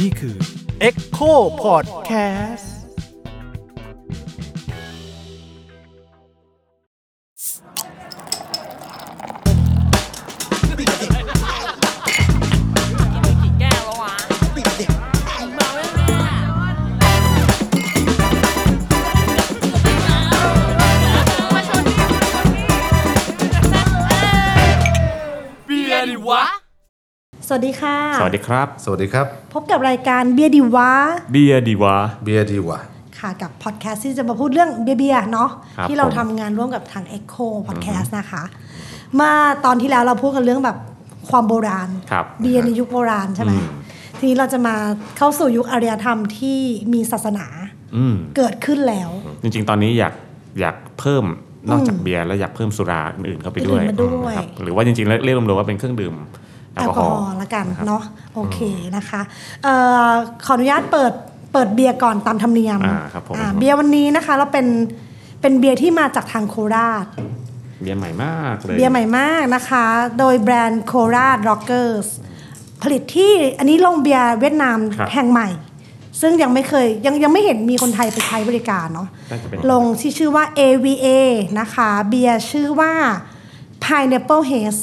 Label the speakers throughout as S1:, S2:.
S1: นี่คือ Echo Podcast
S2: แก้แล้ววะมาไม่ได้เบียร์ดิวะ
S3: สวัสดีค่ะ
S4: สวัสดีครับ
S5: สวัสดีครับ
S3: พบกับรายการเบียร์ดีวะ
S4: เบียร์ดีวะ
S5: เบียร์ดีว่ะ
S3: ค่ะกับพอดแคสต์ที่จะมาพูดเรื่องเบียร์เบียร์เนาะ
S4: ครับ
S3: ที่เรา
S4: ผม
S3: ทำงานร่วมกับทาง Echo Podcast นะคะ มาตอนที่แล้วเราพูดกันเรื่องแบบความโบราณ
S4: ครับ
S3: เบียร์ในยุคโบราณใช่ไหมทีนี้เราจะมาเข้าสู่ยุคอารยธรรมที่มีศาสนา
S4: อืม
S3: เกิดขึ้นแล้ว
S4: จริงๆ ตอนนี้อยากอยากเพิ่มนอกจาก
S3: อืม
S4: เบียร์แล้วอยากเพิ่มสุราอื่นๆเข้าไปด้วย
S3: อื่นๆมาด้วย
S4: ครับหรือว่าจริงๆแล้วเรียกรวมๆว่าเป็นเครื่องดื่มแอ
S3: แอ
S4: ล
S3: ล
S4: กอก ฮ
S3: อฮ
S4: อล์
S3: อล์ละกันเนาะโอเคนะคะเอ่อขออนุญาตเปิดเปิดเบียร์ก่อนตามธรรมเนียม
S4: อ่าครับผม
S3: อ่าเบียร์วันนี้นะคะเราเป็นเป็นเบียร์ที่มาจากทางโคราช
S4: เบียร์ใหม่มากเลย
S3: เบียร์ใหม่มากนะคะ โดยแบรนด์โคราช Rockers ผลิตที่อันนี้โรงเบียร์เวียดนามแห่งใหม่ ซึ่งยังไม่เคยยังยังไม่เห็นมีคนไทยไปใช้บริการเนาะ
S4: น่าจะเป็น
S3: ลงที่ชื่อว่า AVA นะคะ เบียร์ชื่อว่า Pineapple Haze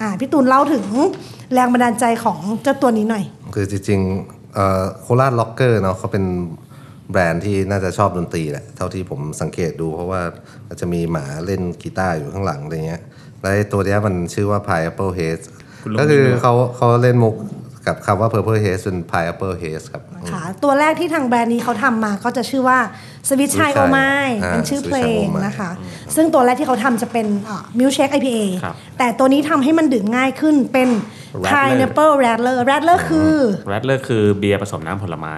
S3: อ่าพี่ตูนเล่าถึงแรงบันดาลใจของเจ้าตัวนี้หน่อย
S5: คือจริงๆเอ่อโคราชล็อกเกอร์เนาะเขาเป็นแบรนด์ที่น่าจะชอบดนตรีแหละเท่าที่ผมสังเกตดู เพราะว่ามันจะมีหมาเล่นกีตาร์อยู่ข้างหลังอะไรเงี้ยแล้วไอ้ตัวเนี้ยมันชื่อว่า Pineapple Haze ก็คือเขาเขาเล่นมุกกับคำว่า Purple Haze เป็น Pineapple Haze ครับ
S3: ค่ะ ตัวแรกที่ทางแบรนด์นี้เขาทำมาก็จะชื่อว่าสวิตชัย
S5: Sweet
S3: โอ
S5: Chai
S3: ไม
S5: อ่า
S3: เป็นชื่อ
S5: Sweet
S3: เพล
S5: Chai
S3: ง
S5: Oh My
S3: นะคะ ซึ่งตัวแรกที่เขาทำจะเป็นมิลเชค IPA
S4: ครับ
S3: แต่ตัวนี้ทำให้มันดื่มง่ายขึ้นเป็น
S4: Rattler
S3: Pineapple Rattler Rattler คือ
S4: แรดเลอร์คือเบียร์ผสมน้ำผลไม้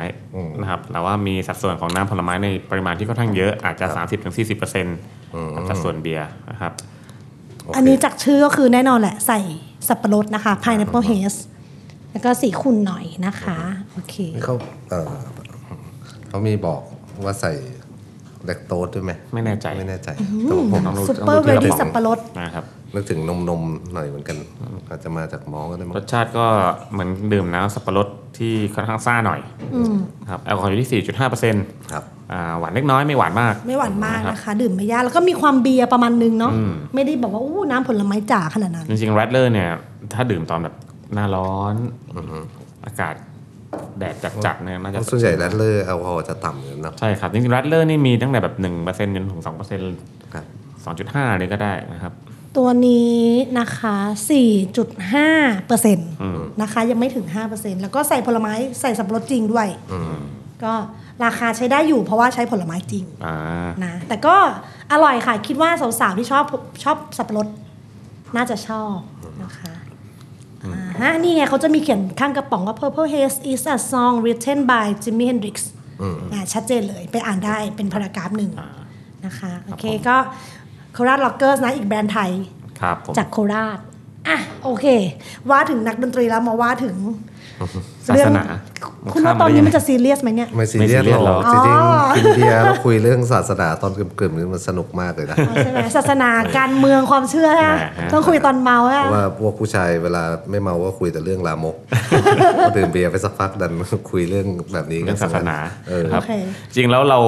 S4: นะครับแต่ว่ามีสัดส่วนของน้ำผลไม้ในปริมาณที่ค่อนข้างเยอะอาจจะ 30-40%ของสัดส่วนเบียร์นะครับ
S5: โอเค
S3: อันนี้จากชื่อก็คือแน่นอนแหละใส่สับปะรดนะคะ Pineapple Haze แล้วก็สีขุ่นหน่อยนะคะ โอเค
S5: เขาเอ่อเขามีบอกว่าใส่แลคโตสด้วยไหม
S4: ไม่แน่ใจ
S5: ไม่แน่ใจแต่ว่าผม
S4: ต้องดู
S3: Super
S4: ต้องดูที่
S3: r e d y
S4: กระป๋อง
S3: สับปะรด
S4: นะครับ
S5: นึกถึงนมนมๆหน่อยเหมือนกัน อาจจะมาจากมอก็ได้มั้ง
S4: รสชาติก็เหมือนดื่มน้ำสับปะรดที่ค่อนข้างซ่าหน่อยครับแอลกอฮอล์อยู่ที่ 4.5%
S5: ครับ
S4: อ่าหวานเล็กน้อยไม่หวานมาก
S3: ไม่หวานมากนะคะ ดื่มไม่ยากแล้วก็มีความเบียร์ประมาณนึงเนาะไม่ได้บอกว่าอู้น้ำผลไม้จ๋าขนาดนั้น
S4: จริงๆแรดเลอร์เนี่ย ถ้าดื่มตอนแบบหน้าร้อน อากาศแดดจัดๆเนี่ยน่าจะ
S5: ส่วนใหญ่แรดเลอร์แอลกอฮอล์จะต่ำอยู่นะ
S4: ใช่ครับ จริงๆแรดเลอร์นี่มีตั้งแต่แบบ1%เปอร์เซ็นต์จนถึงสองเปอร์เซ็นต์
S5: ครับ
S4: สองจุดห้าเลยก็ได้นะครับ
S3: ตัวนี้นะคะ 4.5เปอร์เซ็นต์นะคะ ยังไม่ถึง5เปอร์เซ็นต์แล้วก็ใส่ผลไม้ใส่สับปะรดจริงด้วย ก็ราคาใช้ได้อยู่เพราะว่าใช้ผลไม้จริง
S4: อ่า
S3: นะ แต่ก็อร่อยค่ะ คิดว่าสาวๆที่ชอบชอบสับปะรดน่าจะชอบนะคะอ่าฮะนี่ไงเขาจะมีเขียนข้างกระป๋องว่า Purple Haze is a song written by Jimi Hendrix อ่าชัดเจนเลยไปอ่านได้เป็นพารากราฟหนึ่งนะคะโอเค
S4: ผม
S3: ก็โคราชล็อกเกอร์นะอีกแบรนด์ไทย
S4: ครับผม
S3: จากโคราช อ่ะ โอเค ว่าถึงนักดนตรีแล้วมาว่าถึง
S4: ศาสนา
S3: คุณว่าตอนนี้มันจะซีเรียสไหมเนี่ย
S5: ไม่ซีเรียส
S4: ไม่ซีเรียสห
S5: หร
S4: ร
S5: อ
S4: อก ก
S5: จริง
S3: อ๋อ
S5: ๆกินเบียร์แล้วคุยเรื่องศาสนาตอนกลุ่มๆนี่มันสนุกมากเลยนะ
S3: อ๋อใช่ไหมศาสนาการเมืองความเชื่อฮะ
S4: อ่าฮะ
S3: ต้องคุยตอนเมา
S5: เพ
S3: อะ
S5: ราะว่าพวกผู้ชายเวลาไม่เมาก็คุยแต่เรื่อง ลามกพอดื่มเบียร์ไปสักพักดัน คุยเรื่องแบบนี้
S4: เรื่องศาสนา
S5: เออ
S4: ค
S3: โอ
S4: รับ
S3: เค
S4: จริงแล้วเรา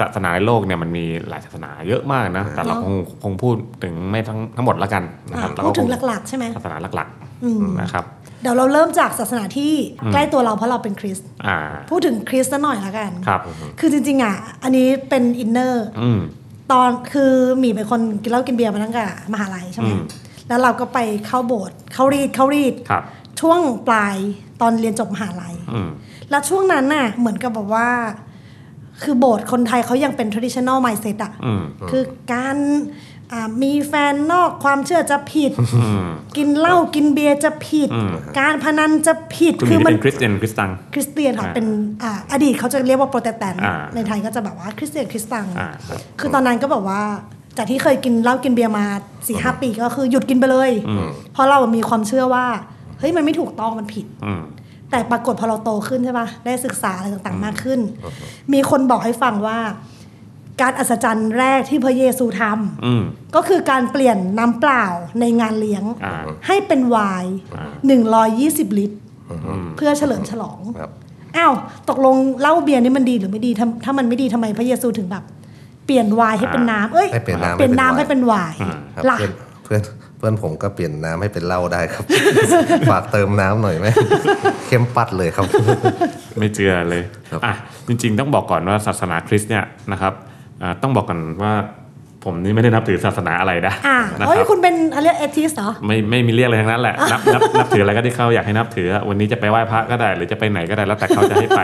S4: ศาสนาในโลกเนี่ยมันมีหลายศาสนาเยอะมากนะ แต่เราคงคงพูดถึงไม่ทั้งทั้งหมดละกันนะครับ
S3: อ่ะ
S4: เร
S3: พูดถึง
S4: ค
S3: หลักๆใช่ไหม
S4: ศาสนาหลักๆนะครับ
S3: เดี๋ยวเราเริ่มจากศาสนาที่ใกล้ตัวเราเพราะเราเป็นคริสต์
S4: อ่า
S3: พูดถึงคริสต์ซะหน่อยละกัน
S4: ครับ
S3: คือจริงๆอ่ะ อันนี้เป็นอินเนอร์
S4: อืม
S3: ตอนคือหมีเป็นคนกินเหล้ากินเบียร์มาตั้งแต่มหาลัยใช่ไหม
S4: อืม
S3: แล้วเราก็ไปเข้าโบสถ์เข้ารีดเข้ารีด
S4: ครับ
S3: ช่วงปลายตอนเรียนจบมหาลัย
S4: อืม
S3: แล้วช่วงนั้นน่ะเหมือนกับแบบว่า คือโบสถ์คนไทยเขายังเป็น traditional mindset อะ
S4: อืม
S3: คือการอ่ามีแฟนนอกความเชื่อจะผิด กินเหล้ากินเบียร์จะผิด การพนันจะผิด
S4: คุณห
S3: คือ
S4: มีนี่
S3: มั
S4: เป็นคริสเตียนคริสตัง
S3: คริสเตียนค่ะ
S4: อ่า
S3: เป็นอ่าอดีตเขาจะเรียกว่าโปรเตสแตนต์
S4: อ่า
S3: ในไทยก็จะแบบว่าคริสเตียนคริสตัง
S4: อ่าครับ
S3: คือตอนนั้นก็แบบว่าจากที่เคยกินเหล้ากินเบียร์มาสี่ห้าปีก็คือหยุดกินไปเลย เพราะเรามีความเชื่อว่าเฮ้ยมันไม่ถูกต้องมันผิด
S4: อืม
S3: แต่ปรากฏพอเราโตขึ้นใช่ปะได้ศึกษาอะไรต่างๆมากขึ้น มีคนบอกให้ฟังว่า การอัศจรรย์แรกที่พระเยซูท
S4: อืม
S3: ำก็คือการเปลี่ยนน้ำเปล่าในงานเลี้ยง
S4: อ่า
S3: ให้เป็นไวน์
S4: อ่า
S3: 120 ลิตร เพื่อเฉลิมฉลอง
S5: ครับ
S3: อ้าว ตกลงเหล้าเบียร์นี่มันดีหรือไม่ดีถ้าถ้ามันไม่ดีทำไมพระเยซูถึงแบบ เปลี่ยนไวน์ให้เป็นน้ำเอ้ย
S5: ให้เปลี่ยนน้ำ
S3: เปลี่ยนน้ำ
S5: ให้
S3: ให้
S5: เป็
S3: เป็น นไว
S5: ไวน์
S3: น์
S5: ครับ
S3: ล่ะ
S5: เพื่อนเพื่อนเพื่อนผมก็เปลี่ยนน้ำให้เป็นเหล้าได้ ครับ ฝากเติมน้ำหน่อยไหม เข้มปัดเลยครับ
S4: ไม่เจือเลย
S5: ครับ
S4: อ่ะจริงๆ ต้องบอกก่อนว่าศาสนาคริสต์เนี่ยนะครับอ่าต้องบอกก่อนว่าผมนี่ไม่ได้นับถือศาสนาอะไรนะ
S3: อ่า
S4: นะ
S3: เอ้ย
S4: ครับ
S3: คุณเป็นอะไรเรียกเอทิสเหรอ
S4: ไม่ไม่มีเรียกอะไรทั้งนั้นแหละ นับนับนับถืออะไรก็ที่เขาอยากให้นับถือ วันนี้จะไปไหว้พระก็ได้ หรือจะไปไหนก็ได้แล้วแต่เขาจะให้ไป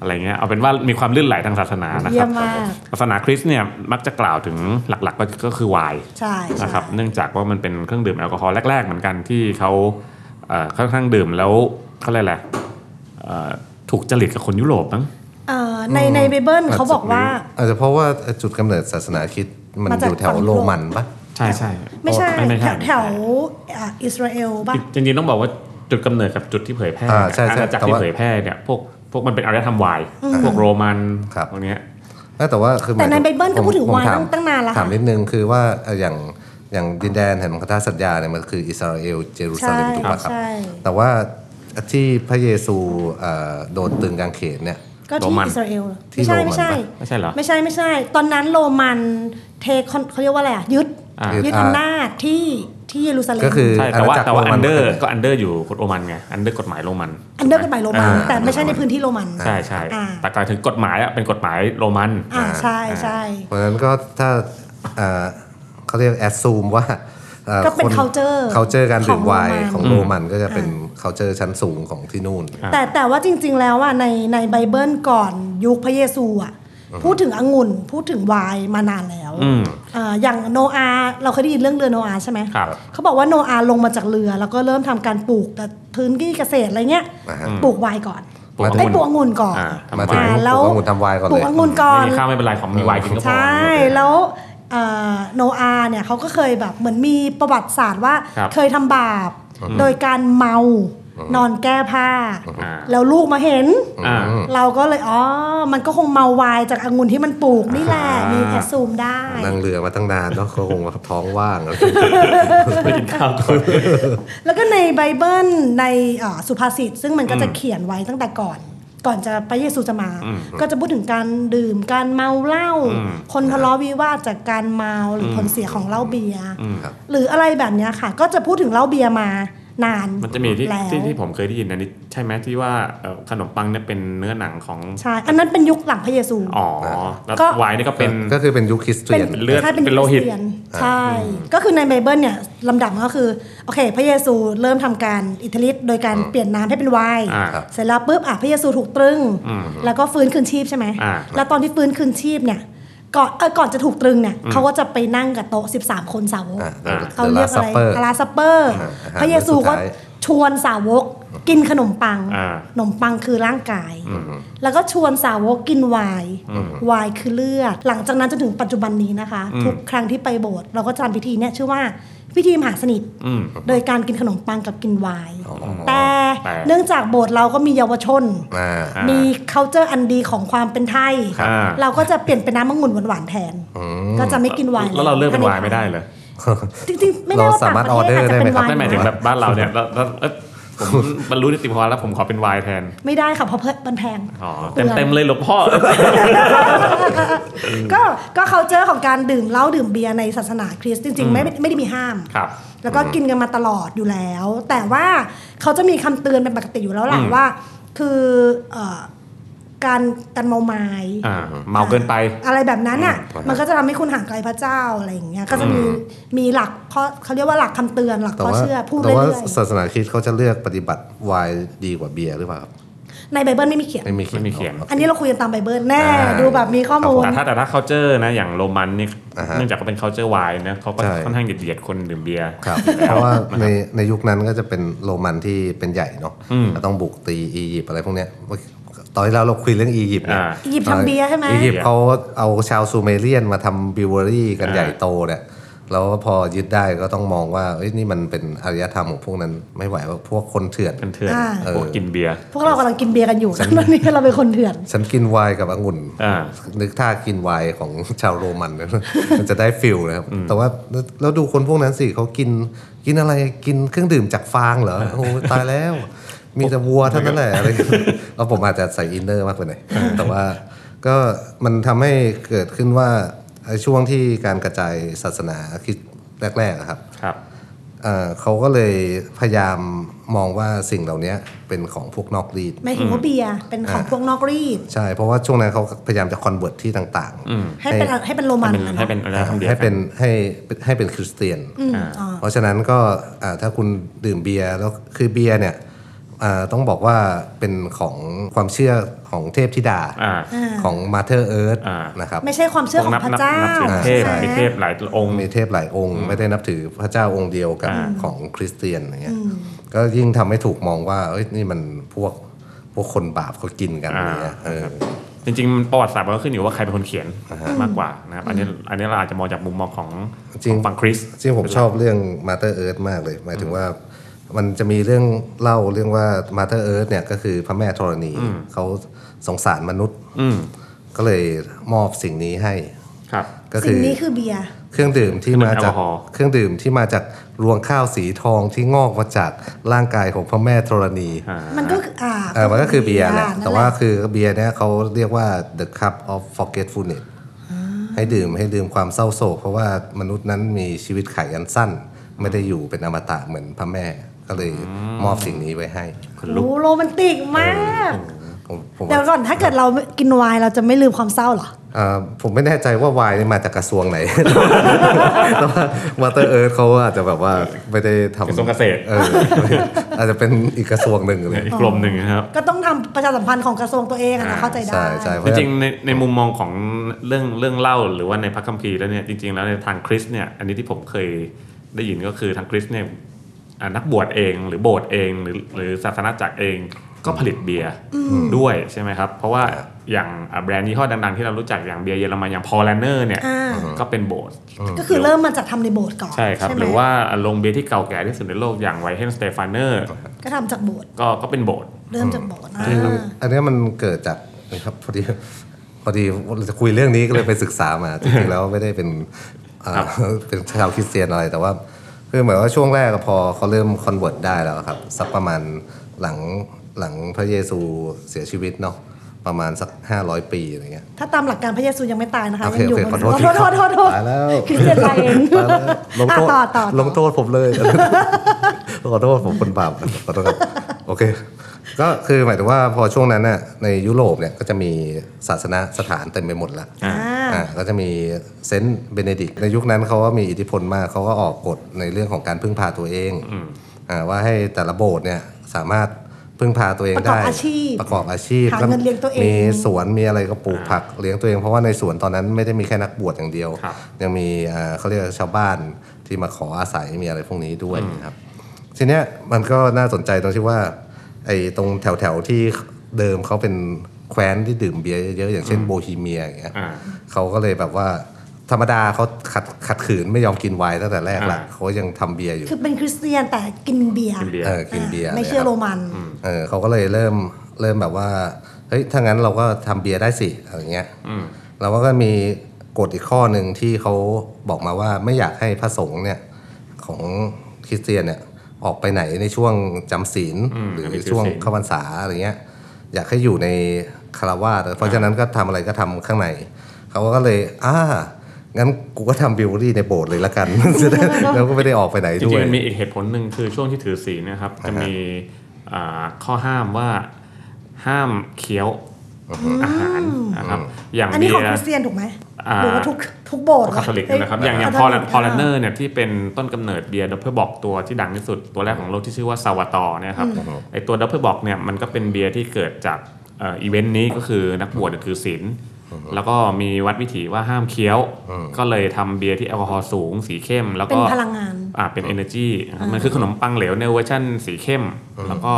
S4: อะไรเงี้ยเอาเป็นว่ามีความลื่นไหลทางศาสนานะค
S3: เยี่
S4: รั
S3: ย
S4: บ
S3: มมาก
S4: ศาสนาคริสต์เนี่ยมักจะกล่าวถึงหลักๆก็ก็คือไวน์
S3: ใช่ใช่
S4: นะครับเนื่องจากว่ามันเป็นเครื่องดื่มแอลกอฮอล์แรก ๆ เหมือนกันที่เขาเอ่อค่อนข้างดื่มแล้วเขาเรียกอะไรเอ่อถูกจริตกับคนยุโรปมั้ง
S3: เอ่อในในไบเบิลเขาบอกว่า
S5: อาจจะเพราะว่าจุดกำเนิดศาสนาคริดมัน
S3: มา
S5: อ
S3: จาก
S5: ยู่แถวโรมันปะ
S4: ใช่ใช่
S3: ไม่ใช่
S4: ไม่ไม่
S3: แถ
S4: ใช่
S3: วแถวอ่าอิสราเอลป่ะ
S4: จริงๆต้องบอกว่าจุดกำเนิดกับจุดที่เผยแพร่
S5: อ่าใช่ใช่
S4: อาณาจักร
S5: แต่
S4: ที่
S5: ว่า
S4: เผยแพร่เนี่ยพวกพวกมันเป็นอารยธรรมวายพวกโรมัน
S5: ครับ
S4: พวกเนี้ย
S5: เอ้ยแต่ว่าคือหมาย
S3: แต่ในไบเบิลก็พูดถึง
S5: ผม
S3: วาย
S5: ผ
S3: ตั้ง
S5: ม
S3: ตั้งนานแล้วค่ะ
S5: ถามนิดนึงคือว่าเอ่ออย่างอย่างดินแดนแห่งพันธสัญญาเนี่ยมันคืออิสราเอลเยรูซา
S3: ใช่
S5: เล็มถูกปะครับ
S3: ใช่
S5: แต่ว่าที่พระเยซูเอ่อโดนตรึงกางเขนเนี่ย
S3: ก็
S4: โร
S3: ที่
S4: มัน
S3: อิสราเอลเหรอ
S5: ที่
S3: ไม่ใช่ไม่ใช่
S5: โรมัน
S4: ไม่ใช่เหรอ
S3: ไม่ใช่ไม่ใช่ ตอนนั้นโรมันเทคอนเขาเรียกว่าอะไรอ่ะยึด
S4: อ่า
S3: ยึดอำนาจที่ที่เยรูซาเล็ม
S5: ก็คือ
S4: ใช่แต่ว่า
S5: ณจัก
S4: แต่ว่า
S5: โร
S4: อั
S5: มัน
S4: เดอร์
S5: มั
S4: ก็อันเดอร์อยู่กฎโรมันไงอันเดอร์กฎหมายโรมัน
S3: อันเดอร์กฎหมายโรมัน
S5: อ่า
S3: แต่ไม่ใช่ในพื้นที่โรมัน
S4: ใช่ใช่
S3: อ่า
S4: แต่กลายถึงกฎหมายอะเป็นกฎหมายโรมัน
S3: อ่าใช่ใช่
S5: เพราะฉะนั้นก็ถ้าเอ่อเขาเรียกแอดซูมว่าอ่อ
S3: ก็เป็น
S5: ค
S3: culture
S5: culture การดื่มไวน์
S3: ข
S5: ข
S3: อ
S5: อง ง
S3: โรมัน
S5: โรมันก็จะเป็น culture ชั้นสูงของที่นู่น
S4: อ่า
S3: แต่แต่ว่าจริงๆ แล้วอ่ะในในไบเบิลก่อนยุคพระเยซูอ่ะพูดถึงองุ่นพูดถึงไวน์มานานแล้ว
S4: อืม
S3: อ่าอย่างโนอาห์เราเคยได้ยินเรื่องเรือโนอาห์ใช่ไหม
S4: ครับ
S3: เขาบอกว่าโนอาลงมาจากเรือ แล้วก็เริ่มทำการปลูกแต่พื้นที่เกษตรอะไรเงี้ย
S5: อ่าฮะ
S3: ปลูกไวน์ก่อน
S4: ปลูกองุ่น
S3: ไอ้ยปลูกองุ่นก่อน
S4: อ่าทำไวน์
S5: มาถึง
S3: อ่
S5: ป
S3: แล้
S5: ลู
S3: ว
S5: กองุ่นทำไวน์ก่อน
S3: ปลู
S5: เลย
S3: กองุ่นก่อน
S4: ไม่มีข้าวไม่เป็นไรของมีไวน์กินก็พอ
S3: ใช่ แล้วเอ่อโนอาเนี่ยเขาก็เคยแบบเหมือนมีประวัติศาสตร์ว่า
S4: ครับ
S3: เคยทำบาป โดยการเมา นอนแก้ผ้า
S4: อ่า
S3: แล้วลูกมาเห็น
S4: อ่า
S3: เราก็เลย อ๋อ มันก็คงเมาไวายจากองุ่นที่มันปลูกนี่แหละ
S4: อ่ามี
S3: มีแอดซูมได้
S5: นั่งเรือมาตั้งนานเนาะก็คงท้องว่างอะไร
S4: ไปกินข้าวก่อน
S3: แล้วก็ในไบเบิลในเอ่อสุภาษิตซึ่งมันก็จะเขียนไว้ตั้งแต่ก่อน ก่อนจะพระเยซูจะมา ก็จะพูดถึงการดื่มการเมาเหล้าคนทะเลาะวิวาทจากการเมาหรือผลเสียของเหล้าเบียร์
S5: ครับ
S3: หรืออะไรแบบเนี้ยค่ะ ก็จะพูดถึงเหล้าเบียร์มานาน
S4: มันจะมีที่
S3: แล้ว
S4: ที่ที่ผมเคยได้ยินอันนี้ใช่ไหมที่ว่าเอ่อขนมปังเนี่ยเป็นเนื้อหนังของ
S3: ใช่อันนั้นเป็นยุคหลังพระเยซู
S4: อ๋อแล้ว
S3: ก็
S4: ไวน์นี่ก็เป็น
S5: ก็คือเป็นยุคคริสเตียน
S4: เลือด
S3: ใช่
S4: เป็นโลหิต
S3: คสตียนใช่ ก็คือในไบเบิลเนี่ยลำดับมันก็คือ โอเค พระเยซูเริ่มทำการอิทธิฤทธิ์โดยการเปลี่ยนน้ำให้เป็นไวน์
S4: อ่า
S5: ครับ
S3: เสร็จแล้วปุ๊บอ่ะพระเยซูถูกตรึง แล้วก็ฟื้นคืนชีพใช่ไหม
S4: อ่า
S3: แล้วตอนที่ฟื้นคืนชีพเนี่ย ก่อนเออก่อนจะถูกตรึงเนี่ยเขาก็จะไปนั่งกับโต๊ะ 13 คนสาวก
S5: อ่ะเด
S3: เขา
S5: อะ
S3: เรี
S5: ลาย
S3: ก
S5: ซั
S3: อะ
S5: ป
S3: ไร
S5: เปอร์
S3: ลาสเปอร์
S5: อ่าอาหาร
S3: พระเยซูก็
S5: มื้อสุดท้าย
S3: ชวนสาวกกินขนมปัง
S4: อ่า
S3: ขนมปังคือร่างกาย แล้วก็ชวนสาวกกินไวน์ไวน์คือเลือด หลังจากนั้นจนถึงปัจจุบันนี้นะคะ ทุกครั้งที่ไปโบสถ์เราก็จะทำพิธีเนี่ยชื่อว่าพิธีมหาสนิท
S4: อืม
S3: โดยการกินขนมปังกับกินไวน์แต่
S4: แต่
S3: เนื่องจากโบสถ์เราก็มีเยาวชน
S5: อ่า
S4: อ่า
S3: มี
S4: มี
S3: c u l t u r e อันดีของความเป็นไทย
S4: ครับ
S3: เราก็จะเปลี่ยนเป็นน้ำมะงุ่นหวานๆแทน ก็จะไม่กินไวน์
S4: แล้วเราเลิกเป็นไวน์ไม่ได้เลย
S3: จริงๆ ไม่แน่ว่า
S5: เราสา
S3: ต่าง
S5: มารถ
S3: ประเทศอาจจะเป็น
S5: ออดอร์ด้
S3: ไวน์
S4: ไม่ห
S5: หมครับ
S4: มายถึงแบบบ้านเราเนี่ยแล้วแล้วเอ้ยผมบรรลุนิติภาวะแล้วผมขอเป็นไวน์แทน
S3: ไม่ได้ค่ะเพราะเพิ่มมันแพง
S4: อ๋อเต็มเต็มๆเลยหลวงพ่อ
S3: ก็ก็ c u l t u r e ของการดื่มเหล้าดื่มเบียร์ในศาสนาคริสต์จริงๆ ไม่ไม่ได้มีห้าม
S4: ครับ
S3: แล้วก็กินกันมาตลอดอยู่แล้ว แต่ว่าเขาจะมีคำเตือนเป็นปกติอยู่แล้วแหละ
S4: อืม
S3: ว่า คือเอ่อการการเมาไม้
S4: อ่าเมาเกินไป
S3: อะไรแบบนั้นอ่ะ
S5: อืม
S3: มันก็จะทำให้คุณห่างไกลพระเจ้าอะไรอย่างเงี้ยก็จะมีมีหลักข้อเขาเรียกว่าหลักคำเตือนหลัก
S5: แต่
S3: ข้อ
S5: ว่า
S3: เชื่อพูด
S5: แต่
S3: เรื่
S5: ว่า
S3: อย
S5: ศาสนาคริสต์เขาจะเลือกปฏิบัติไวน์ดีกว่าเบียร์หรือเปล่าครับ
S3: ๆในไบเบิลไม่มีเขียน
S5: ไม่มีเขียน
S4: ไม่มีเขียน
S5: หรก
S3: อันนี้เราคุยกันตามไบเบิลแน่
S5: อ่า
S3: ดูแบบมีข้อมูล
S4: แต่ถ้าแต่ถ้า culture นะอย่างโรมันนี่
S5: อ่าฮะ
S4: เนื่องจากเขาเป็น culture ไวน์นะเขาก็
S5: ใช่
S4: ค่อนข้างเหยียดๆคนดื่มเบียร์
S5: ครับเพราะว่าในในยุคนั้นก็จะเป็นโรมันที่เป็นใหญ่เนาะก็ต้องบุกตีอียิปต์อะไรพวกเนี้ยตอนที่เราเราคุยเรื่องอียิปต์เนี่ย
S4: อ่า
S3: อียิปต์ทำเบียร์ใช่ไหม
S5: อียิปต์เขาเอาชาวซูเมเรียนมาทำบิวเวอรี่กัน
S4: อ่า
S5: ใหญ่โตเนี่ย แล้วพอยึดได้ก็ต้องมองว่าเอ้ยนี่มันเป็นอารยธรรมของพวกนั้นไม่ไหวว่าพวกคนเถื่อน
S4: เป็นเถื่อน
S3: อ่า
S4: พวกกินเบียร์
S3: พวกเรากำลังกินเบียร์กันอยู่ ตอนนี้เราเป็นคนเถื่อน
S5: ฉันกินไวน์กับองุ่น
S4: อ่า
S5: นึกท่ากินไวน์ของ ชาวโรมันนะ มันจะได้ฟิลนะครับ แต่ว่าแล้วดูคนพวกนั้นสิเขากินกินอะไรกินเครื่องดื่มจากฟางเหรอ โอ้ตายแล้ว มีแต่วัวเท่านั้นแหละอะไร เราผมอาจจะใส่อินเนอร์มากไปหน่อยแต่ว่าก็มันทำให้เกิดขึ้นว่าไอ้ช่วงที่การกระจายศาสนาคริดแรกๆอะครับ
S4: ครับ
S5: เอ่อเขาก็เลยพยายามมองว่าสิ่งเหล่านี้เป็นของพวกนอกรีด
S3: ไม่ถึงว่าเบียร์เป็นของพวกนอกรีด
S5: ใช่ เพราะว่าช่วงนั้นเขาพยายามจะคอนเวิร์ตที่ต่างๆ
S3: ให้เป็นให้เป็นโรมัน
S4: ให้เป็น
S3: อะ
S4: ให้
S3: เนาะ
S4: เป็นอะไรทำเดียว
S5: ให้
S4: กั
S5: เป็น นให้ให้เป็นคริสเตียน
S3: อืมอ๋อ
S5: เพราะฉะนั้นก็อ่าถ้าคุณดื่มเบียร์แล้วคือเบียร์เนี่ยอ่าต้องบอกว่าเป็นของความเชื่อของเทพธิดา
S4: อ่า
S5: ของมาเธอร์เอิร์ธ
S4: อ่าน
S5: นะครับ
S3: ไม่ใช่ความเชื่อของพระเจ้า
S4: นับถือเทพ
S3: ใช่ไหม
S4: มีเทพหลายองค์
S5: มีเทพหลายองค์ไม่ได้นับถือพระเจ้าองค์เดียวกับของคริสเตียนอย่างเงี้ยก็ยิ่งทำให้ถูกมองว่าเอ้ยนี่มันพวกพวกคนบาปเขากินกันอะไรเงี้ยเออ
S4: จริงๆมันประวัติศาสตร์มันก็ขึ้นอยู่ว่าใครเป็นคนเขียนมากกว่านะครับอันนี้อันนี้เราอาจจะมองจากมุมมองของ
S5: จริง
S4: ของฝั่งคริส
S5: จริงผมชอบเรื่องมาเตอร์เอิร์ธมากเลย หมายถึงว่ามันจะมีเรื่องเล่าเรื่องว่ามาเตอร์เอิร์ธเนี่ยก็คือพระแม่ธรณีเขาสงสารมนุษย์
S4: อืม
S5: ก็เลยมอบสิ่งนี้ให้
S4: ครับ
S5: ก็
S3: สิ่งนี้คือเบียร์
S5: เครื่องดื่มที่มาจา
S4: แอลกอ
S5: ก
S4: ฮอล์
S5: เครื่องดื่มที่มาจากรวงข้าวสีทองที่งอกมาจากร่างกายของพระแม่ธรณี
S4: อ่า
S3: มันก็คืออ่า
S5: เออมันก็คือเบียร์แหละ
S3: นั่น
S5: แต่ว่าคือเบียร์เนี่ยเขาเรียกว่า the cup of forgetfulness ให้ดื่มให้ดื่มความเศร้าโศก เพราะว่ามนุษย์นั้นมีชีวิตขายอันสั้น ไม่ได้อยู่เป็นอมตะเหมือนพระแม่ ก็เลยมอบสิ่งนี้ไว้ให้
S4: คนลุก
S3: โอ้โรแมนติกมาก
S5: ผมผม
S3: เดี๋ยวก่อนถ้าเกิดเรากินไวน์เราจะไม่ลืมความเศร้าเหรอ
S5: เอ่อผมไม่แน่ใจว่าวายนี่มาจากกระทรวงไหน แต่ว่ามาเตอร์เอิร์ธเขาอาจจะแบบว่าไม่ได้ทำ
S4: กระทรวงเกษตร
S5: ออ อาจจะเป็นอีกกระทรวงหนึ่งเลย
S4: อีกกลมหนึ่งนะครับ
S3: ก็ต้องทำประชาสัมพันธ์ของกระทรวงตัวเองอะนะ
S4: อ่า
S3: เข้าใจได้
S5: ใช่ใช่เพ
S4: จ
S5: ราะฉะ
S4: ริ
S5: นั้
S4: ง
S5: น
S4: ๆในในมุมมองของเรื่องเรื่องเล่าหรือว่าในพระคัมภีร์แล้วเนี่ยจริง ๆ แล้วในทางคริสต์เนี่ยอันนี้ที่ผมเคยได้ยินก็คือทางคริสต์เนี่ยอ่านักบวชเองหรือโบสถ์เองหรือหรือศาสนาจักรเองก็ผลิตเบียร์ด้วยใช่ไหมครับ เพราะว่าอย่างอ่าแบรนด์ยี่ห้อดังๆ ที่เรารู้จักอย่างเบียร์เยอรมันอย่างพอลแลนเนอร์เนี่ย
S3: อ่า
S4: ก็เป็นโบสถ์
S3: ก็คือเริ่มมาจากทำในโบสถ์ก่อน
S4: ใช่ครับ
S3: ไม
S4: หรือว่าโรงเบียร์ที่เก่าแก่ที่สุดในโลกอย่างไวเฮนสเตฟานเนอร์
S3: ก็ทำจากโบสถ์
S4: ก็ก็เป็นโบสถ์
S3: เริ่มจากโบสถ์อ่า
S5: คืออันเนี้ยมันเกิดจากนะครับพอดีพอดีจะคุยเรื่องนี้ก็เลยไปศึกษามา จริงๆแล้วไม่ได้เป็นอ่าเป็นชาวคริสเตียนอะไรแต่ว่าคือเหมือนว่าช่วงแรกอะพอเขาเริ่มคอนเวิร์ตได้แล้วครับ สักประมาณหลังหลังพระเยซูเสียชีวิตเนาะประมาณสัก 500 ปีอะไรเงี้ย
S3: ถ้าตามหลักการพระเยซูยังไม่ตายนะคะ
S5: โอเค
S3: ยังอยู่
S5: โอ
S3: บน
S5: เคขอโทษ
S3: โทษโทษโทษโทษ
S5: ตายแล้ว
S3: คริสเตียนตายเอง
S5: ตายแล้วลงโทษ
S3: อ่ะต่อต่อ
S5: ลงโทษผมเลย ขอโทษผมคนบาปขอโทษครับโอเค ก็คือหมายถึงว่าพอช่วงนั้นน่ะในยุโรปเนี่ยก็จะมีศาสนสถานเต็มไปหมดละ
S3: อ่า
S5: อ่าก็จะมีเซนต์เบเนดิกต์ในยุคนั้นเขาก็มีอิทธิพลมากเขาก็ออกกฎในเรื่องของการพึ่งพาตัวเองอ่าว่าให้แต่ละโบสถ์เนี่ยสามารถพึ่งพาตัวเอง
S3: ประกอบ
S5: ได้
S3: อาชีพ
S5: ประกอบอาชีพ
S3: หาเงินเลี้ยงตัวเอง
S5: มีสวนมีอะไรก็ปลูกผักเลี้ยงตัวเองเพราะว่าในสวนตอนนั้นไม่ได้มีแค่นักบวชอย่างเดียว
S4: ครับ
S5: ยังมีอ่าเขาเรียกชาวบ้านที่มาขออาศัยมีอะไรพวกนี้ด้วยนะครับ ทีเนี้ยมันก็น่าสนใจตรงที่ว่าไอ้ตรงแถวแถวๆที่เดิมเขาเป็นแคว้นที่ดื่มเบียร์เยอะๆอย่างเช่นโบฮีเมียอย่างเงี้ย
S4: อ่า
S5: เขาก็เลยแบบว่าธรรมดาเขาขัดขัดขืนไม่ยอมกินไวน์ตั้งแต่แรกละ
S4: อ่า
S5: เขายังทำเบียร์อยู่
S3: คือเป็นคริสเตียนแต่กินเบียร์
S4: เป็นเบียร์
S5: เออกินเบียร์
S3: อ่าไม่เชื่อ
S5: ลยค
S3: โร
S5: บ
S3: มัน
S5: เออเขาก็เลยเริ่มเริ่มแบบว่าเฮ้ยถ้างั้นเราก็ทำเบียร์ได้สิอะไรเงี้ยแล้วก็มีกฎอีกข้อหนึ่งที่เขาบอกมาว่าไม่อยากให้พระสงฆ์เนี่ยของคริสเตียนเนี่ยออกไปไหนในช่วงจำศีล
S4: อืม
S5: หรือ
S4: ในช่
S5: ช่ว
S4: ว
S5: ง
S4: ง
S5: เข้าพรรษาอะไรเงี้ย อยากให้อยู่ในคารวาสเพราะฉะนั้นก็ทำอะไรก็ทำข้างในเขาก็เลยอ่างั้นกูก็ทำบิวรี่ในโบสถ์เลยละกัน จะได้แล้วก็ไม่ได้ออกไปไหน
S4: จ
S5: ด้
S4: ริง
S5: ว
S4: ๆ
S5: ย
S4: มันมีอีกเหตุผลหนึ่งคือช่วงที่ถือศีลเนะครับ จะมีอ่าข้อห้ามว่าห้ามเคี้ยวอาหารนะครับ อย่าง
S3: อัน
S4: เบี
S3: นี้ของ
S4: ย
S3: ค
S4: ร์
S3: ริสเตียนถูกไหม
S4: อ่า
S3: หรือว่าทุกทุกโบสถ์
S4: คาทอลิกนะครับ อย่างอย่างพอลพอลเนอร์เนี่ยที่เป็นต้นกำเนิดเบียร์ดับเบิลบอกตัวที่ดังที่สุดตัวแรกของโลกที่ชื่อว่าซาวาตอร์เนี่ยครับไอตัวดับเบิลบอกเนี่ยมันก็เป็นเบียร์ที่เกิดจากเอ่ออีเวนต์นี้ก็คือนักบวชถือศีลแล้วก็มีวัดวิถีว่าห้ามเคี้ยว ก็เลยทำเบียร์ที่แอลกอฮอล์สูงสีเข้ม แล้ว
S3: เป็
S4: ก็
S3: นพลังงาน
S4: อ่าเป็น energy นะครับมันคือขนมปังเหลวในเวอร์ชั่นสีเข้ม แล้วก็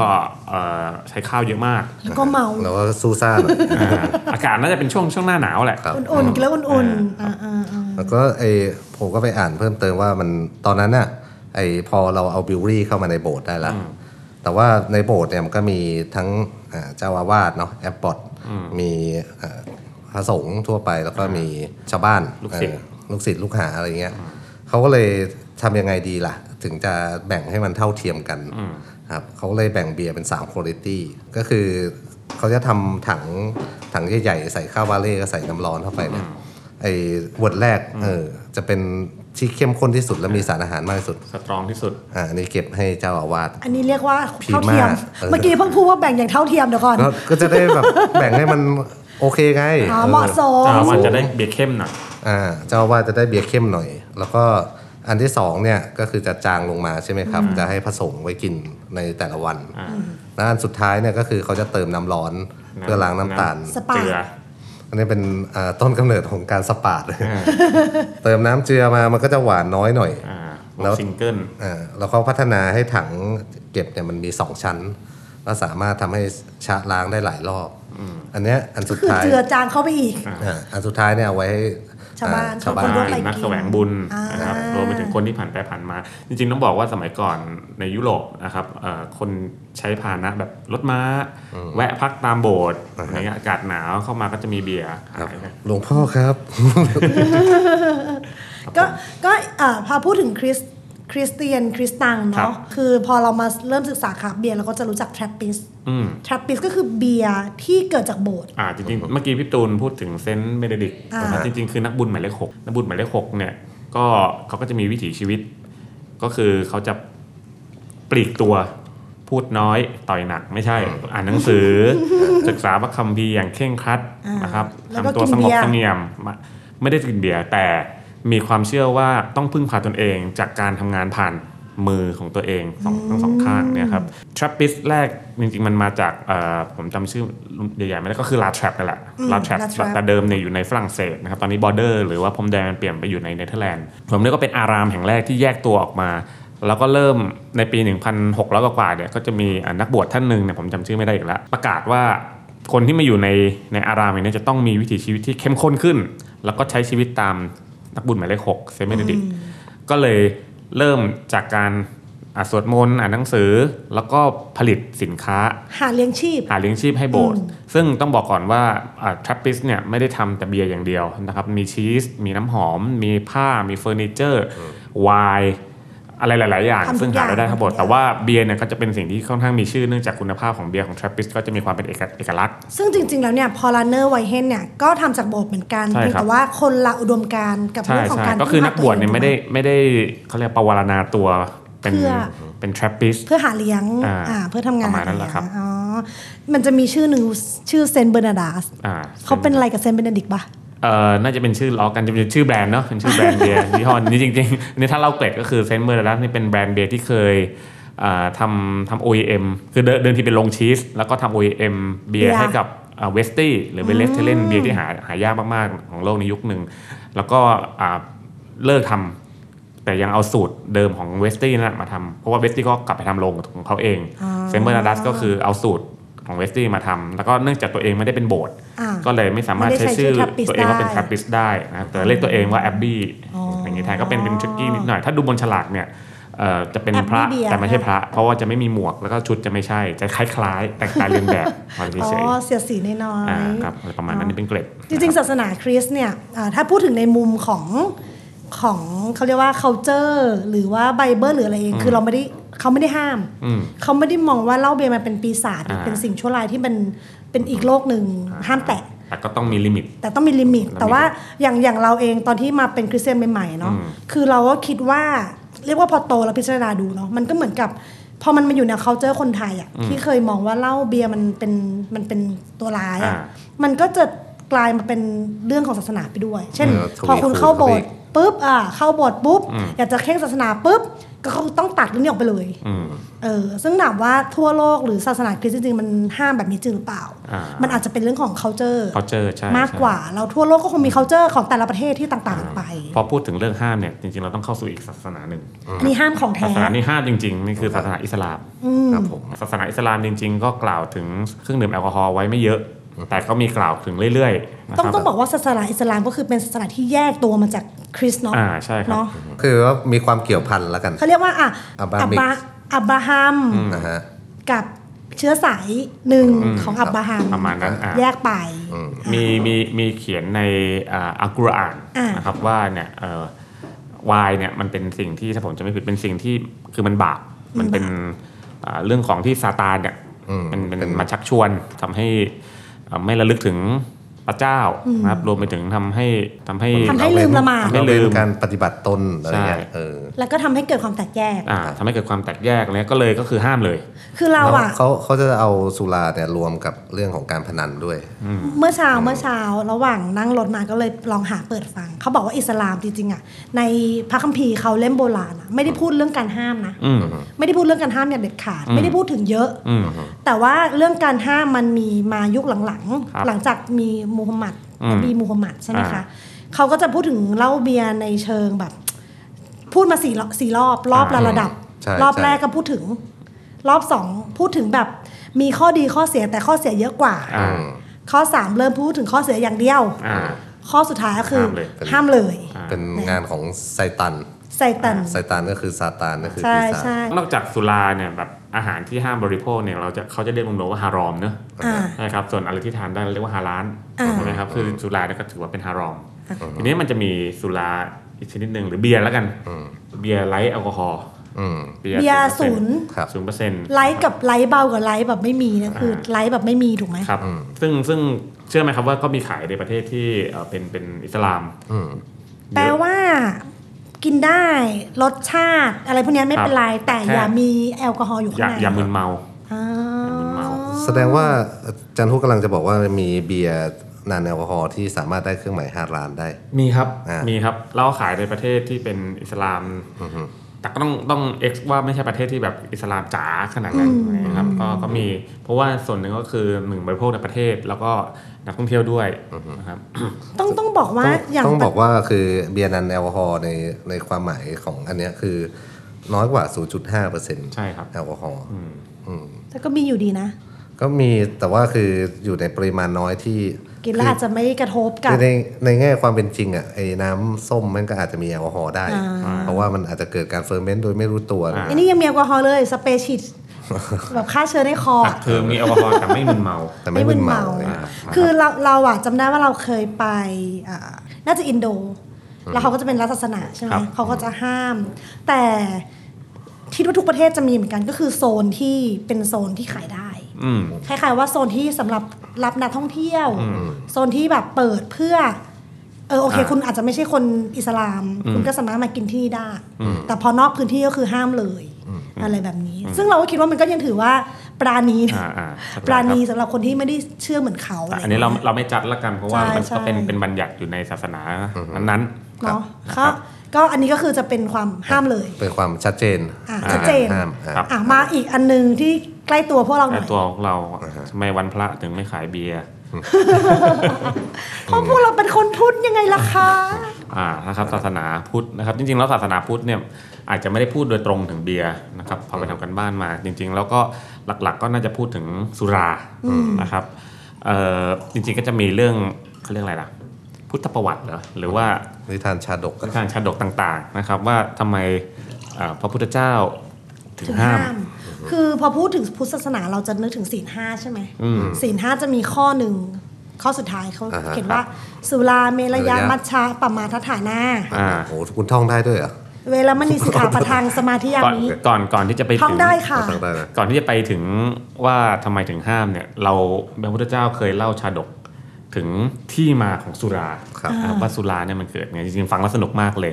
S4: เอ่อใช้ข้าวเยอะมาก
S3: แล้วก็เมา
S5: แล้วก็สู้ซ่าหน่อย
S4: อ่าอากาศน่าจะเป็นช่วงช่วงหน้าหนาวแหละ
S5: ครับ
S3: อุ่นๆกินแล้วอุ่นๆอ่าๆๆ
S5: แล้วก็ไอพ ผมก็ไปอ่านเพิ่มเติมว่ามันตอนนั้นน่ะไอพอเราเอาบิวรี่เข้ามาในโบสถ์ได้ละแต่ว่าในโบสถ์เนี่ยมันก็มีทั้งอ่าเจ้าอาวาสเนาะแอปปอดมีอ่าพระสงฆ์ทั่วไปแล้วก็มีชาวบ้าน
S4: ลูกศิษย์
S5: เออ ลูกศิษย์ลูกหาอะไรเงี้ยเขาก็เลยทำยังไงดีล่ะ ถึงจะแบ่งให้มันเท่าเทียมกันครับเขาเลยแบ่งเบียร์เป็น3ามคุณ i t y ก็คือเขาจะทำถังถังใหญ่ๆ ใส่ข้าวบาเล่ก็ใส่น้ำร้อนเข้าไปเนี่ยไอ้ขวดแรกเออจะเป็นที่เข้มข้นที่สุดและมีสารอาหารมากที่สุด
S4: สตรองที่สุด
S5: อ่าอันนี้เก็บให้เจ้าอาวาส
S3: อันนี้เรียกว่า
S5: ผี
S3: เท่าเทียม
S5: มากเออ
S3: เมื่อกี้เพิ่งพูดว่าแบ่งอย่างเท่าเทียมเดี๋ยวก่อน
S5: แล้วก็จะได้แบบ แบ่งให้มันโอเคไง
S3: อ๋อ
S5: ออ
S3: เหมาะสม
S4: จะว่าจะได้เบียร์เข้มหน่อย
S5: อ่าเจ้าอาว่าสจะได้เบียร์เข้มหน่อย แล้วก็อันที่สองเนี่ยก็คือจะจางลงมาใช่ไหมครับ จะให้ผสมไว้กินในแต่ละวัน
S4: อ่า
S5: แล้วอันสุดท้ายเนี่ยก็คือเขาจะเติมน้ำร้อนเพื่อล้างน้ำตาล
S3: สปา
S4: เจือ
S5: อันนี้เป็นอ่าต้นกำเนิดของการสปาดเลย เติมน้ำเจือมามันก็จะหวานน้อยหน่อย
S4: อ่า
S5: แล้ว
S4: ซิงเกิล
S5: อ่าแล้วเขาพัฒนาให้ถังเก็บเนี่ยมันมีสองชั้นแล้วสามารถทำให้ชะล้างได้หลายรอบอันเนี้ยอันสุด
S3: คือ
S5: ท้าย
S3: เจือจางเข้าไปอีก
S5: อ่าอันสุดท้ายเนี่ยเอาไว้ให้
S3: ชาวบ้าน
S5: อ่
S3: ค น ทั่วไป
S4: ถึงนัก
S3: กิน
S4: แสวงบุญ
S3: อ่าน
S4: นะครับรวมไปถึงคนที่ผ่านไปผ่านมา จริงๆต้องบอกว่าสมัยก่อนในยุโรปนะครับเอ่อคนใช้พาหนะแบบรถม้า แวะพักตามโบสถ์อะไรเงี้ยอากาศหนาวเข้ามาก็จะมีเบียร์
S5: ครับ
S4: ขายนะ
S5: หลวงพ่อครับ
S3: ก็ก็เอ่อพอพูดถึงคริสคริสเตียนคริสตัง
S4: ครับ
S3: เนาะคือพอเรามาเริ่มศึกษาคราฟต์เบียร์เราก็จะรู้จักทรัปปิส
S4: อืม
S3: ทรัปปิสก็คือเบียร์ที่เกิดจากโบสถ์
S4: อ่าจริงๆ เมื่อกี้พี่ตูนพูดถึงเซนต์เบเนดิกต์
S3: อ่า
S4: นะครับจริงๆ คือนักบุญหมายเลขหกนักบุญหมายเลขหกเนี่ยก็เขาก็จะมีวิถีชีวิต ก็คือเขาจะปลีกตัวพูดน้อยต่อยหนักไม่ใช่ อ่านหนังสือ ศึกษาพระคัมภีร์อย่างเคร่งครัด
S3: อ่าน
S4: นะครับ
S3: แล้วก็
S4: ทำตัว
S3: กิน
S4: สงบ
S3: เบียร์
S4: เสงี่ยมมาไม่ได้กินเบียร์แต่มีความเชื่อว่าต้องพึ่งพาตนเองจากการทำงานผ่านมือของตัวเองสองทั้งสองข้างเนี่ยครับทรัปปิสแรกจริงๆ มันมาจากเอ่อผมจำชื่อใหญ่ๆไม่ได้ก็คือลาทรัปนั่นแหละ
S3: อืม
S4: ลาทรัป
S3: La Trappe
S4: แต่เดิมเนี่ยอยู่ในฝรั่งเศสนะครับตอนนี้บอร์เดอร์หรือว่าพรมแดนมันเปลี่ยนไปอยู่ในเนเธอร์แลนด์ผมเนี่ยก็เป็นอารามแห่งแรกที่แยกตัวออกมา แล้วก็เริ่มในปี 1,600 กว่าๆเนี่ยก็จะมีอ่านักบวชท่านหนึ่งเนี่ยผมจำชื่อไม่ได้อีกแล้ว ประกาศว่าคนที่มาอยู่ในในอารามเนี่ยจะต้องมีวิถีชีวิตที่เข้มข้นขึ้น แล้วก็ใช้ชีวิตตามนักบุญหมายเลขหกเซมิเนดิกก็เลยเริ่มจากการอ่าสวดมนต์อ่านหนังสือ แล้วก็ผลิตสินค้า
S3: หาเลี้ยงชีพ
S4: หาเลี้ยงชีพให้โบสถ์
S3: อืม
S4: ซึ่งต้องบอกก่อนว่าทรัปปิสเนี่ยไม่ได้ทำแต่เบียร์อย่างเดียวนะครับ มีชีส มีน้ำหอม มีผ้า มีเฟอร์นิเจอร์ ไวน์อะไรหลาย ๆ อย่าง
S3: ทำทุก
S4: ซึ่งหา
S3: อย่าง
S4: รายได้ทั้งหมด
S3: หมดเลย
S4: แต่ว่าเบียร์เนี่ยก็จะเป็นสิ่งที่ค่อนข้างมีชื่อเนื่องจากคุณภาพของเบียร์ของทรัปปิสก็จะมีความเป็นเอกเอกลักษณ์
S3: ซึ่งจริง ๆ แล้วเนี่ยพอลาเนอร์ไวเฮนเนี่ยก็ทำจากโบสถ์เหมือนกัน
S4: ใช่ครับ
S3: เพียงแต่ว่าคนละอุดมการณ์กับ
S4: ใช่
S3: เรื่องของ
S4: ใช่
S3: การ
S4: ก็คือนักบวชเนี่ย
S3: พึ่งพาตั
S4: ไม่ได้
S3: อง
S4: ไม่ได้เขาเรียกปวารณาตัวเป็น
S3: เพื่อ
S4: เป็นทรัปปิส
S3: เพื่อหาเลี้ยง
S4: อ่า
S3: อ่าเพื่อทำงาน
S4: ประมาณนั้นแหละครับ
S3: อ๋อมันจะมีชื่อหนึ่งชื่อเซนเบอร์นาดาส
S4: อ่า
S3: เขาเป็นอะไรกับเซนเบอร์นาดิกปะ
S4: เอ่อน่าจะเป็นชื่อล้อกันจะเป็นชื่อแบรนด์เนาะเป็นชื่อแบรนด์เบียร์ ยี่ห้อนี้จริงๆอันนี่ถ้าเล่าเกร็ดก็คือเซนเมอร์ดัสนี่เป็นแบรนด์เบียร์ที่เคยอ่าทำทำ OEM คือเดิเดินที่เป็นโรงชีส แล้วก็ทำ OEM เบีย
S3: เบียร์
S4: ร์ให้กับเวสตี้หรือเบลสเทเลนเบียร์ที่หาหายากมากๆ ของโลกในยุคหนึ่ง แล้วก็อ่าเลิกทำแต่ยังเอาสูตรเดิมของเวสตี้นั่นแหละมาทำเพราะว่าเวสตี้ก็กลับไปทำโรงของเขาเองเซนเมอร์ดัสก็คือเอาสูตรของเวสตี้มาทำแล้วก็เนื่องจากตัวเองไม่ได้เป็นโบสถ์
S3: อ่า
S4: ก็เลยไม่สามารถ
S3: ไม่ได้
S4: ใช้
S3: ใช้ชื่อ
S4: ชื่อ
S3: Trappist
S4: ตัวเองว่าเป็น
S3: ได้
S4: ทรัปปิสได้นะครับแต่เรียกตัวเองว่าแอบบี้
S3: อ๋ออ
S4: อย่างนี้แทนก็เป็นเป็นทริกกี้นิดหน่อย ถ้าดูบนฉลากเนี่ยเอ่อจะเป็น
S3: Abbey
S4: พระ
S3: Beer
S4: แต่ไม่ใช่พระ เพราะว่าจะไม่มีหมวกแล้วก็ชุดจะไม่ใช่ จะคล้ายๆ แต่งกายเรียนแบบมา
S3: อ๋อ
S4: เฉย
S3: เสียสีน้อย
S4: ๆ
S3: ๆ
S4: อ่าครับอะไรประมาณนั้นนี่เป็นเกร็ด
S3: จริงๆ ศาสนาคริสต์เนี่ยอ่าถ้าพูดถึงในมุมของของเขาเรียกว่า culture หรือว่าไบเบิลหรืออะไรเอง คือเราไม่ได้เขาไม่ได้ห้าม
S4: อืม
S3: เขาไม่ได้มองว่าเหล่าเบียร์มันเป็นปีศาจหรือ
S4: อ่า
S3: เป็นสิ่งชั่วร้ายที่มันเป็นอีกโลกหนึ่งห้ามแตะ
S4: แต่ก็ต้องมีลิมิต
S3: แต่ต้องมีลิมิต
S4: ลิมิต
S3: แต่ว่าอย่างอย่างเราเองตอนที่มาเป็นคริสเตียนใหม่ๆเนาะ
S4: อืม
S3: คือเราก็คิดว่าเรียกว่าพอโตแล้วพิจารณาดูเนาะ มันก็เหมือนกับพอมันมาอยู่ใน c u เจอคนไทยอะ่ะที่เคยมองว่าเหล้าเบียร์มันเป็นมันเป็นตัวร้ายอะ่ะ
S4: อ่า
S3: มันก็จะกลายมาเป็นเรื่องของศาสนาไปด้วย เช่น
S5: เออทวี
S3: พอคุณ
S5: คูณ
S3: เข้าโบสถ์
S5: เข้าไปอี
S3: ปุ๊บอ่าเข้าโบสถ์ปุ๊บ อยากจะเคร่งศาสนาปุ๊บ ก็เขาต้องตัดเรื่องนี้ออกไปเลย
S4: อืม
S3: เออซึ่งถามว่าทั่วโลกหรือศาสนาคริสต์จริงๆมันห้ามแบบนี้จริงหรือเปล่า
S4: อ่ามั
S3: มันอาจจะเป็นเรื่องของ culture
S4: culture ใช่
S3: มากกว่าเราทั่วโลกก็คงมี culture ของแต่ละประเทศที่ต่างๆกันไป
S4: พอพูดถึงเรื่องห้ามเนี่ยจริงๆเราต้องเข้าสู่อีกศาสนาหนึ่ง
S3: อันนี้ห้ามของแท้
S4: ศาสนานี่ห้ามจริงๆนี่คือศาสนาอิสลาม
S5: ครับผม
S4: ศาสนาอิสลามจริงๆ ก็กล่าวถึงเครื่องดื่มแอลกอฮอล์ไว้ไม่เยอะ แต่ก็มีกล่าวถึงเรื่อยๆนะค
S3: ต้อง
S4: รับ
S3: ต้องบอกว่าศาสนาอิสลามก็คือเป็นศาสนาที่แยกตัวมาจากคริสต์เนาะ
S4: อ่าใช่ครับ
S3: เนาะ
S5: คือว่ามีความเกี่ยวพันแล้วกัน
S3: เขาเรียกว่าอ่ะ
S5: อับบามิก
S3: ะอับบราฮัม
S5: นะฮะ
S3: กับเชื้อสายหนึ่งของอับบราฮัม
S4: ประมาณนั้นอ่ะ
S3: แยกไป
S4: มีมีมีเขียนในอ่าอัลกุรอาน
S3: อ่าน
S4: นะครับว่าเนี่ยเอ่อวายเนี่ยมันเป็นสิ่งที่ถ้าผมจะไม่ผิดเป็นสิ่งที่คือมันบาปมันเป็นอ่าเรื่องของที่ซาตานเนี่ยมันมันมาชักชวนทำให้อ่าไม่ระลึกถึงพระเจ้านะครับรวมไปถึงทำให้ทำให้
S3: ทำให้ลืมละหมาด
S4: ทำให้
S5: เราเป็น
S4: ลืม
S5: การปฏิบัติตนอะไรเงี้ย
S4: ใช่
S5: เออ
S3: แล้วก็ทำให้เกิดความแตกแยก
S4: อ่าทำให้เกิดความแตกแยกอะไรเงี้ยก็เลยก็คือห้ามเลย
S3: คือเรา
S5: แล้ว
S3: อ่ะ
S5: เขาเขาจะเอาสุราเนี่ยรวมกับเรื่องของการพนันด้วย
S3: เมื่อเช้าเมื่อเช้าระหว่างนั่งรถมาก็เลยลองหาเปิดฟัง เขาบอกว่าอิสลามจริงๆอ่ะในพระคัมภีร์เขาเล่มโบราณอะไม่ได้พูดเรื่องการห้ามนะ
S4: อืม
S3: ไม่ได้พูดเรื่องการห้ามอย่างเด็ดขาด ไม่ได้พูดถึงเยอะ
S4: อืม
S3: แต่ว่าเรื่องการห้ามมันมีมายุคหลัง
S4: ครับ
S3: ๆ หลังจากมีมูฮัมหมัด
S4: อืม
S3: มีมูฮัมหมัดใช่ไหมคะ
S4: อ่า
S3: เขาก็จะพูดถึงเหล้าเบียร์ในเชิงแบบ พูดมาสี่รอบสี่รอบรอบละ
S4: อ่า
S3: ระดับ
S5: ใช่
S3: รอบ
S5: ใช่
S3: แรกก็พูดถึง รอบสองพูดถึงแบบ มีข้อดีข้อเสียแต่ข้อเสียเยอะกว่า
S4: อ่า
S3: ข้อ 3 เริ่มพูดถึงข้อเสียอย่างเดียว
S4: อ่า
S3: ข้อสุดท้ายก็คือ
S4: ห้ามเลย
S3: ห้ามเลย
S5: เป็นงานของไซตัน
S3: ไซตัน
S5: ไซตันก็คือซาตานก็คือ
S3: ใช่
S5: ปีศาจ
S3: ใช่
S4: นอกจากสุราเนี่ยแบบอาหารที่ห้ามบริโภคเนี่ยเราจะเขาจะเรียกรวมๆว่าฮารอมเนอะ
S3: อ่า
S4: นะครับส่วนอะไรที่ทานได้เราเรียกว่าฮาลาน
S3: อ่า
S4: ใช่ไหมครับคือสุราเนี่ยก็ถือว่าเป็นฮารอม ทีนี้มันจะมีสุราอีกชนิดหนึ่งหรือเบียร์แล้วกัน เบียร์ไลท์แอลกอฮอล์
S5: อืม
S3: เบียร์ศูนย์
S5: ครับ
S4: ศูนย์เปอร์เซ็นต์
S3: ไลท์กับไลท์เบากับไลท์แบบไม่มีนะคือไลท์แบบไม่มีถูกไหม
S4: ครับซึ่งซึ่งเชื่อไหมครับว่าก็มีขายในประเทศที่เอ่อเป็นเป็นอิสลาม
S5: อืม
S3: แปลว่ากินได้รสชาติ อะไรพวกเนี้ยไม่เป็นไร แต่อย่ามีแอลกอฮอล์อยู่
S4: อ
S3: ข้า
S4: ย่าง
S3: ใน
S4: อย่ามึนเมา
S3: อ๋ออ
S5: แสดงว่าอาจันทุกกำลังจะบอกว่ามีเบียร์นานแอลกอฮอล์ที่สามารถได้เครื่องหมายห้าล้านได้
S4: มีครับ
S5: อ่ามี
S4: มีครับ เราขายในประเทศที่เป็นอิสลาม แต่ก็ต้องต้อง X ว่าไม่ใช่ประเทศที่แบบอิสลามจ๋าขนาดนั้นนะครับก็ก็มี เพราะว่าส่วนหนึ่งก็คือหนึ่งบริโภคในประเทศแล้วก็นักท่องเที่ยวด้วยนะครับ
S3: ต้องต้องบอกว่า
S5: ต้อง
S3: อย่าง
S5: ต้องบอกว่าคือเบียร์นันแอลกอฮอล์ในในความหมายของอันเนี้ยคือน้อยกว่า 0.5%
S4: ใช่ครับ
S5: แอลกอฮอล์อืม
S3: แต่ก็มีอยู่ดีนะ
S5: ก็มีแต่ว่าคืออยู่ในปริมาณน้อยที่
S3: กินแล้วอาจจะไม่กระทบกับ
S5: คือในในแง่ความเป็นจริงอ่ะไอ้น้ำส้มมันก็อาจจะมีแอลกอฮอล์ได้
S3: อ่
S5: เพราะว่ามันอาจจะเกิดการเฟอร์เมนต์โดยไม่รู้ตัว
S4: อ่า
S3: อันนี้ยังมีแอลกอฮอล์เลยสเปรย์ฉีดแบบฆ่าเชื้อในคออะ
S4: คือมีแอลกอฮอล์แต่ไม่มึนเมา
S5: แต่ไม่มึนเมาเลย
S4: อ่า
S3: คือเราเราอะจำได้ว่าเราเคยไปอ่าน่าจะอินโด แล้วเขาก็จะเป็นรัฐศาสนาใช่ไหม
S4: ครับ
S3: เขาก็จะห้าม แต่คิดว่าทุกประเทศจะมีเหมือนกันก็คือโซนที่เป็นโซนที่ขายได้
S4: อืม
S3: คล้ายๆว่าโซนที่สำหรับรับนักท่องเที่ยว โซนที่แบบเปิดเพื่อ เออโอเค
S4: อ่า
S3: คุณอาจจะไม่ใช่คนอิสลาม คุณก็สามารถมากินที่นี่ได้ แต่พอนอกพื้นที่ก็คือห้ามเลย อะไรแบบนี้ ซึ่งเราก็คิดว่ามันก็ยังถือว่าปราณีนะ
S4: อ่าอ่าเข้าใจครับ
S3: ปราณีสำหรับคนที่ไม่ได้เชื่อเหมือนเขาอะ
S4: แต่
S3: ไร
S4: อันนี้เรา
S3: ย่งงี้ย
S4: เราไม่จัดละกันเพราะว่า
S3: ใช่
S4: มันก็เป็น
S3: ใช่
S4: เป็นบัญญัติอยู่ในศาสนานั้น
S3: เนาะก็ก็อันนี้ก็คือจะเป็นความห้ามเลย
S5: เป็นความชัดเจน
S3: อ่า
S5: ใกร
S3: ชัดเจน
S5: ห้ามอ่า
S3: อ่ะมาอีกอันหนึงที่ใกล้ตัวพวกเราห
S4: ๆ
S3: น่
S4: แต่
S3: อย
S4: ตัวของเราทำไมวันพระถึงไม่ขายเบียร์
S3: เพราะพวกเราเป็นคนพุทธยังไงล่ะคะ
S4: อ่านะครับศาสนาพุทธนะครับจริงๆแล้วศาสนาพุทธเนี่ยอาจจะไม่ได้พูดโดยตรงถึงเบียร์นะครับพอไปทำกันบ้านมาจริง ๆ แล้วก็หลักๆก็น่าจะพูดถึงสุรานะครับเอ่อจริงๆก็จะมีเรื่องเขาเรียกอะไรล่ะ พุทธประวัติเหรอหรือว่า
S5: นิทานชาดกอะ
S4: ทางชาดกต่างๆนะครับว่าทำไมอ่าพระพุทธเจ้าถึงห้าม
S3: คือพอพูดถึงพุทธศาสนาเราจะนึกถึงศีลห้าใช่ไหม
S4: อืม
S3: ศีลห้าจะมีข้อหนึ่ง ข้อสุดท้ายเขาเขียนว่า สุราเมรยามัชฌาปมาทัฏฐานา
S4: อ่า
S5: โอ้โหคุณท่องได้ด้วยเหรอ
S3: เวลามณีสิกขาประทางสมาธิยา
S4: ก่อน
S3: มิ
S4: ก่อนก่อนที่จะไป
S3: ท่อง
S4: ถึง
S3: ได้ค่ะ
S5: ท่องได้นะ
S4: ก่อนที่จะไปถึงว่าทำไมถึงห้ามเนี่ยเราพระพุทธเจ้าเคยเล่าชาดกถึงที่มาของสุรา
S5: ครับ
S4: นะครับว่าสุราเนี่ยมันเกิดไงจริงๆฟังแล้วสนุกมากเลย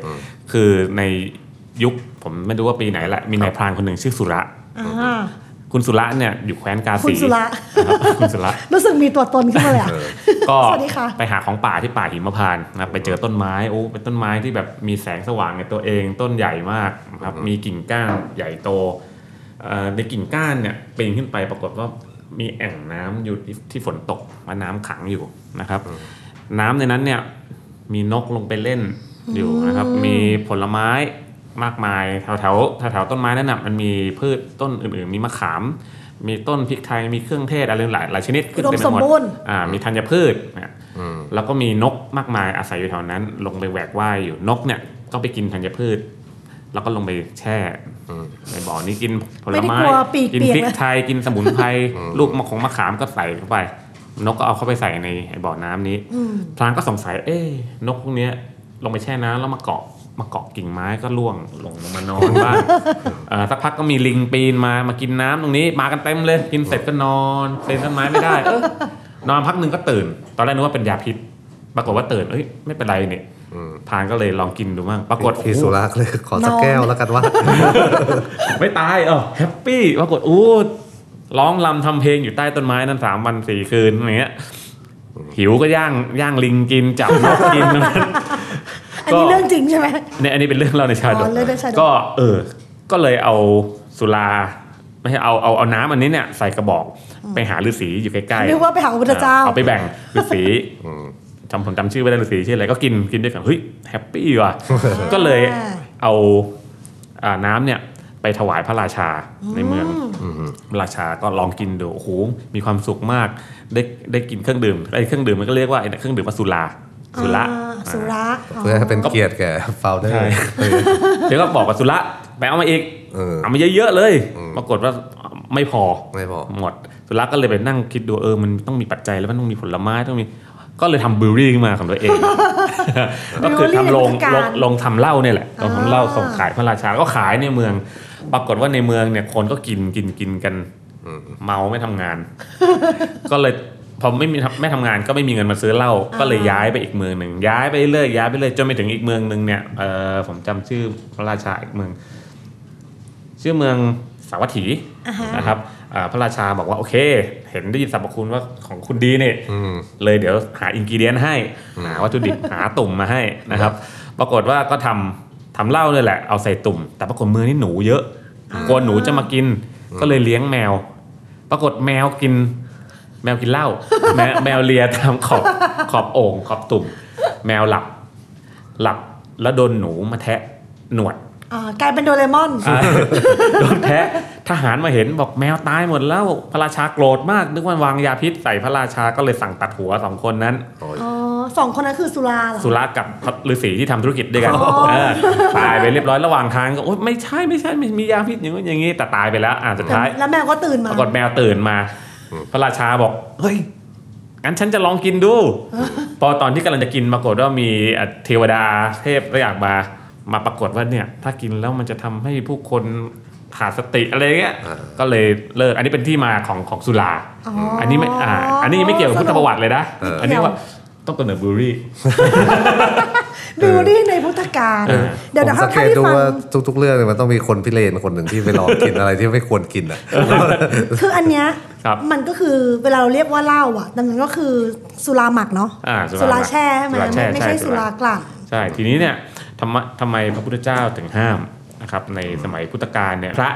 S4: คือในยุคผมไม่รู้ว่าปีไหนแหละมีนายพรานคนหนึ่งชื่อสุระ
S3: อ่า
S4: คุณสุระเนี่ยอยู่แคว้นกา
S3: คุ
S4: สี
S3: ณสุระ
S4: นะครับคุณสุระ
S3: รู้สึกมีตัวตนขึ้นมาเลยอ่ะ
S4: ก็
S3: สวัสดีค่ะ
S4: ไปหาของป่าที่ป่าหิมพานต์นะครับไปเจอต้นไม้โอ้เป็นต้นไม้ที่แบบมีแสงสว่างในตัวเองต้นใหญ่มากนะครับมีกิ่งก้านใหญ่โตเอ่อในกิ่งก้านเนี่ยปีนขึ้นไปปรากฏว่ามีแอ่งน้ำอยู่ที่ที่ฝนตกมาน้ำขังอยู่นะครับ น้ำในนั้นเนี่ยมีนกลงไปเล่นอยู่นะครับมีผลไม้มากมายแถวแถวแถวๆต้นไม้นั้นน่ะมันมีพืชต้นอื่นๆ มีมะขาม มีต้นพริกไทยมีเครื่องเทศอะไรหลายหลายชนิดขึ้น
S3: อุดม
S4: เต็มไปห
S3: สม
S4: มด
S3: บูรณ์
S4: อ่ามีธัญพืชเนี่ยแล้วก็มีนกมากมายอาศัยอยู่แถวนั้น ลงไปแหวกว่ายอยู่นกเนี่ยก็ไปกินธัญพืช แล้วก็ลงไปแช่ในบ่อนี้กินผล
S3: ไม่ได้
S4: ไม้
S3: กลัวปีก
S4: กิน
S3: เปียก
S4: พริก
S3: นะ
S4: ไทยกินสมุนไพรลูกมะของมะขามก็ใส่เข้าไป นกก็เอาเข้าไปใส่ในไอ้บ่อน้ำนี้พลางก็สงสัยเอ๊ะนกพวกเนี้ยลงไปแช่น้ำแล้วมาเกาะมาเกาะกิ่งไม้ก็ล่วงลงมานอนบ้าง เอ่อสักพักก็มีลิงปีนมามากินน้ำตรงนี้ มากันเต็มเลย กินเสร็จก็นอนเซ็นต้นไม้ไม่ได้เอ้ยนอนพักหนึ่งก็ตื่น ตอนแรกนึกว่าเป็นยาพิษ ปรากฏว่าตื่นเอ้ยไม่เป็นไรเนี่ยพรานก็เลยลองกินดูบ้างปรากฏ
S5: พี่สุรักษ์เลยขอสัก
S3: น้อง
S5: แก้วแล้วกันว่า
S4: ไม่ตายเออแฮปปี้ปรากฏอู้ร้องลำทำเพลงอยู่ใต้ต้นไม้นั้นสามวันสี่คืนอะไรเงี้ยหิวก็ย่างย่างลิงกินจับนกกิน
S3: อันนี้เรื่องจริงใช่ไหม
S4: เนี่ยอันนี้เป็นเรื่องเล่าในชาด
S3: อ๋
S4: ก
S3: อเรื่องในชาดก
S4: ก็เออ ก็เลยเอาสุราไม่ใช่เอาเอาเอาน้ำอันนี้เนี่ยใส่กระบอกไปหาฤาษีอยู่ใกล้ๆ
S3: นึกว่าไปหาพระพุทธเจ้า
S4: เอาไปแบ่งฤาษีจำผมจำชื่อไม่ได้ฤาษีชื่ออะไรก็กินกินด้วยกันเฮ้ยแฮปปี้ ว่ะก็เลยเอาอ่าน้ำเนี่ยไปถวายพระราชาในเมืองพระราชาก็ลองกินดูโอ้โหมีความสุขมากได้ได้กินเครื่องดื่มไอ้เครื่องดื่มมันก็เรียกว่าไอ้เนี่ยเครื่องดื่มว่าสุราสุระ
S3: อ่าสุระ
S5: เพื่อให้เป็นเกียรติแก่ฟาวเดอ
S4: ใช่
S5: ร์
S4: เดี๋ยวก็บอกกับสุระไปเอามาอีก
S5: เออ
S4: เอามาเยอะๆเลย ปรากฏว่าไม่พอ
S5: ไม่พอ
S4: หมด สุระก็เลยไปนั่งคิดดูเออมันต้องมีปัจจัยแล้วมันต้องมีผลไม้ต้องมี ก็เลยทำบริวรี่ขึ้นมาของตัวเอง ก็คือทำโรง
S3: เป็นเทศกาล
S4: โรงโรงทำเหล้าเนี่ยแหละโรงทำเหล้าส่งขายพระราชาแล้วก็ขายในเมือง ปรากฏว่าในเมืองเนี่ยคนก็กินกินกินกันเมาไม่ทำงาน ก็เลยพอไม่มีทำไม่ทำงานก็ไม่มีเงินมาซื้อเหล้าก็เลยย้ายไปอีกเมืองหนึ่งย้ายไปเรื่อยย้ายไปเรื่อยจนไปถึงอีกเมืองหนึ่งเนี่ยเออผมจำชื่อพระราชาอีกเมือง ชื่อเมืองสาวัตถี
S3: อ่าฮะ
S4: นะครับอ่าพระราชาบอกว่าโอเค เห็นได้ยินสรรพคุณว่าของคุณดีเนี่ยเลยเดี๋ยวหาอินกิเดียนให้หาวัตถุดิบ หาตุ่มมาให้นะครับ ปรากฏว่าก็ทำทำเหล้าเลยแหละเอาใส่ตุ่ม แต่ปรากฏเมืองนี่หนูเยอะกลัวหนูจะมากิน ก็เลยเลี้ยงแมว ปรากฏแมวกิน แมวกินเหล้า แมวแมวเลียตามขอบ ขอบโอ่งขอบตุ่ม แมวหลับ หลับแล้วโดนหนูมาแทะหนวด
S3: อ่ากลายเป็นโดเรมอน
S4: อ่า โดนแทะทหารมาเห็นบอกแมวตายหมดแล้ว พระราชาโกรธมาก นึกว่าวางยาพิษใส่พระราชาก็เลยสั่งตัดหัวสองคนนั้น
S5: โอ้ย
S3: อ๋อสองคนนั้นคือสุราเหรอ
S4: สุรากับฤาษีที่ทำธุรกิจด้วยกันเออตายไปเรียบร้อยระหว่างทางก็โอ๊ยไม่ใช่ไม่ใช่ไม่มียาพิษอย่างนู้นอย่างนี้แต่ตายไปแล้วอ่าสุดท้าย
S3: แล้วแมวก็ตื่นมา
S4: ปรากฏแมวตื่นมา พระราชาบอก เฮ้ยงั้นฉันจะลองกินดู พอตอนที่กำลังจะกินปรากฏว่ามีอ่ะเทวดาเทพระอยากมา มาปรากฏว่าเนี่ยถ้ากินแล้วมันจะทำให้ผู้คนขาดสติอะไรเงี้ย ก็เลยเลิก อันนี้เป็นที่มาของของสุรา
S3: อ๋ออั
S4: อันนี้ไม่อ่า อันนี้ไม่เกี่ยวกับพุทธประวัติเลยนะ
S3: เอออั
S4: อันนี้ว่าต้องกำเนิดบุรี
S3: ดูนี่ในพุทธการ
S4: เออ
S3: เดี๋ยว
S5: ผ
S3: เดี๋ย
S5: ม
S3: ว
S5: สังเก
S3: ถ้า
S5: ต
S3: ที่
S5: ดู
S3: ฟัง
S5: ว่าทุก ๆ เรื่องเนี่ยมันต้องมีคนพิเรนคนหนึ่งที่ไปลองกิน อะไรที่ไม่ควรกินอ่ะ
S3: คืออันเนี้ย
S4: ครับ
S3: มันก็คือเวลาเราเรียกว่าเหล้าอ่ะแต่มันก็คือสุราหมักเนาะ
S4: อ่าสุ
S3: สุรา
S4: ราหมัก
S3: แช่ใช่ไหม
S4: สุราแช่
S3: ไม่ไม่ใช่
S4: ใช่
S3: สุรากลั่น
S4: ใช่ทีนี้เนี่ยทำไมทำไมพระพุทธเจ้าถึงห้ามนะครับในสมัยพุทธกาลเนี่ยพระ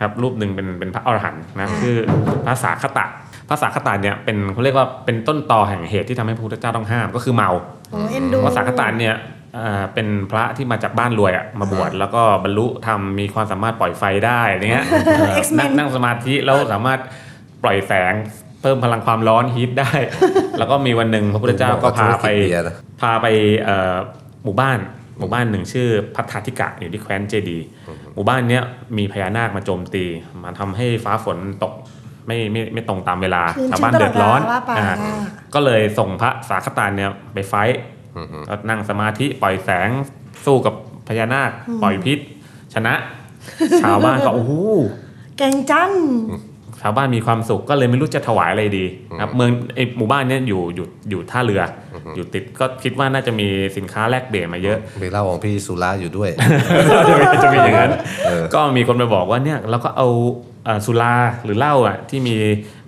S4: ครับรูปหนึ่งเป็นเป็นพระอรหันต์นะชื่อพระสาคตะพระสาคตะเนี่ยเป็นเขาเรียกว่าเป็นต้นตอแห่งเหตุที่ทำให้พระพุทธเจ้าต้องห้ามก็คือเมา
S3: โอ้เอ็นดู
S4: พระสาคตะเนี่ยเอ่อเป็นพระที่มาจากบ้านรวยอะมาบวชแล้วก็บรรลุธรรมมีความสามารถปล่อยไฟได้อะไรเงี้ย
S3: X-Men
S4: นั่งนั่งสมาธิแล้วสามารถปล่อยแสงเพิ่มพลังความร้อนฮีทได้ แล้วก็มีวันหนึ่งพระพุทธเจ้าก็พาไป
S5: ธุรกิจเบียร์นะ
S4: พาไปเอ่อหมู่บ้านหมู่บ้านหนึ่งชื่อพัทธาธิกะอยู่ที่แคว้นเจดีย์หมู่บ้านเนี้ยมีพญานาคมาโจมตี มาทำให้ฟ้าฝนตกไม่ไม่ไม่ตรงตามเวลา
S3: คืน
S4: ชาวบ้านเดือดร้อน
S3: ชื่อตลอดเวลาว่าไป
S4: อ่าก็เลยส่งพระสาคตานเนี่ยไปไฟท์ก็นั่งสมาธิปล่อยแสงสู้กับพญานาคปล่อยพิษ ชนะ ชาวบ้านก็โอ้ โห
S3: แกงจัน
S4: ชาวบ้านมีความสุขก็เลยไม่รู้จะถวายอะไรดีครับเมืองไอหมู่บ้านเนี้ยอยู่อยู่อยู่ท่าเรือออยู่ติดก็คิดว่าน่าจะมีสินค้าแลกเปลี่ยนมาเยอะ
S5: มีเหล่าของพี่สุราอยู่ด้วย
S4: จะมีอย่างนั้น
S5: เออ
S4: ก็มีคนไปบอกว่าเนี่ยเราก็เอาเอ่อสุราหรือเหล้าอ่ะที่มี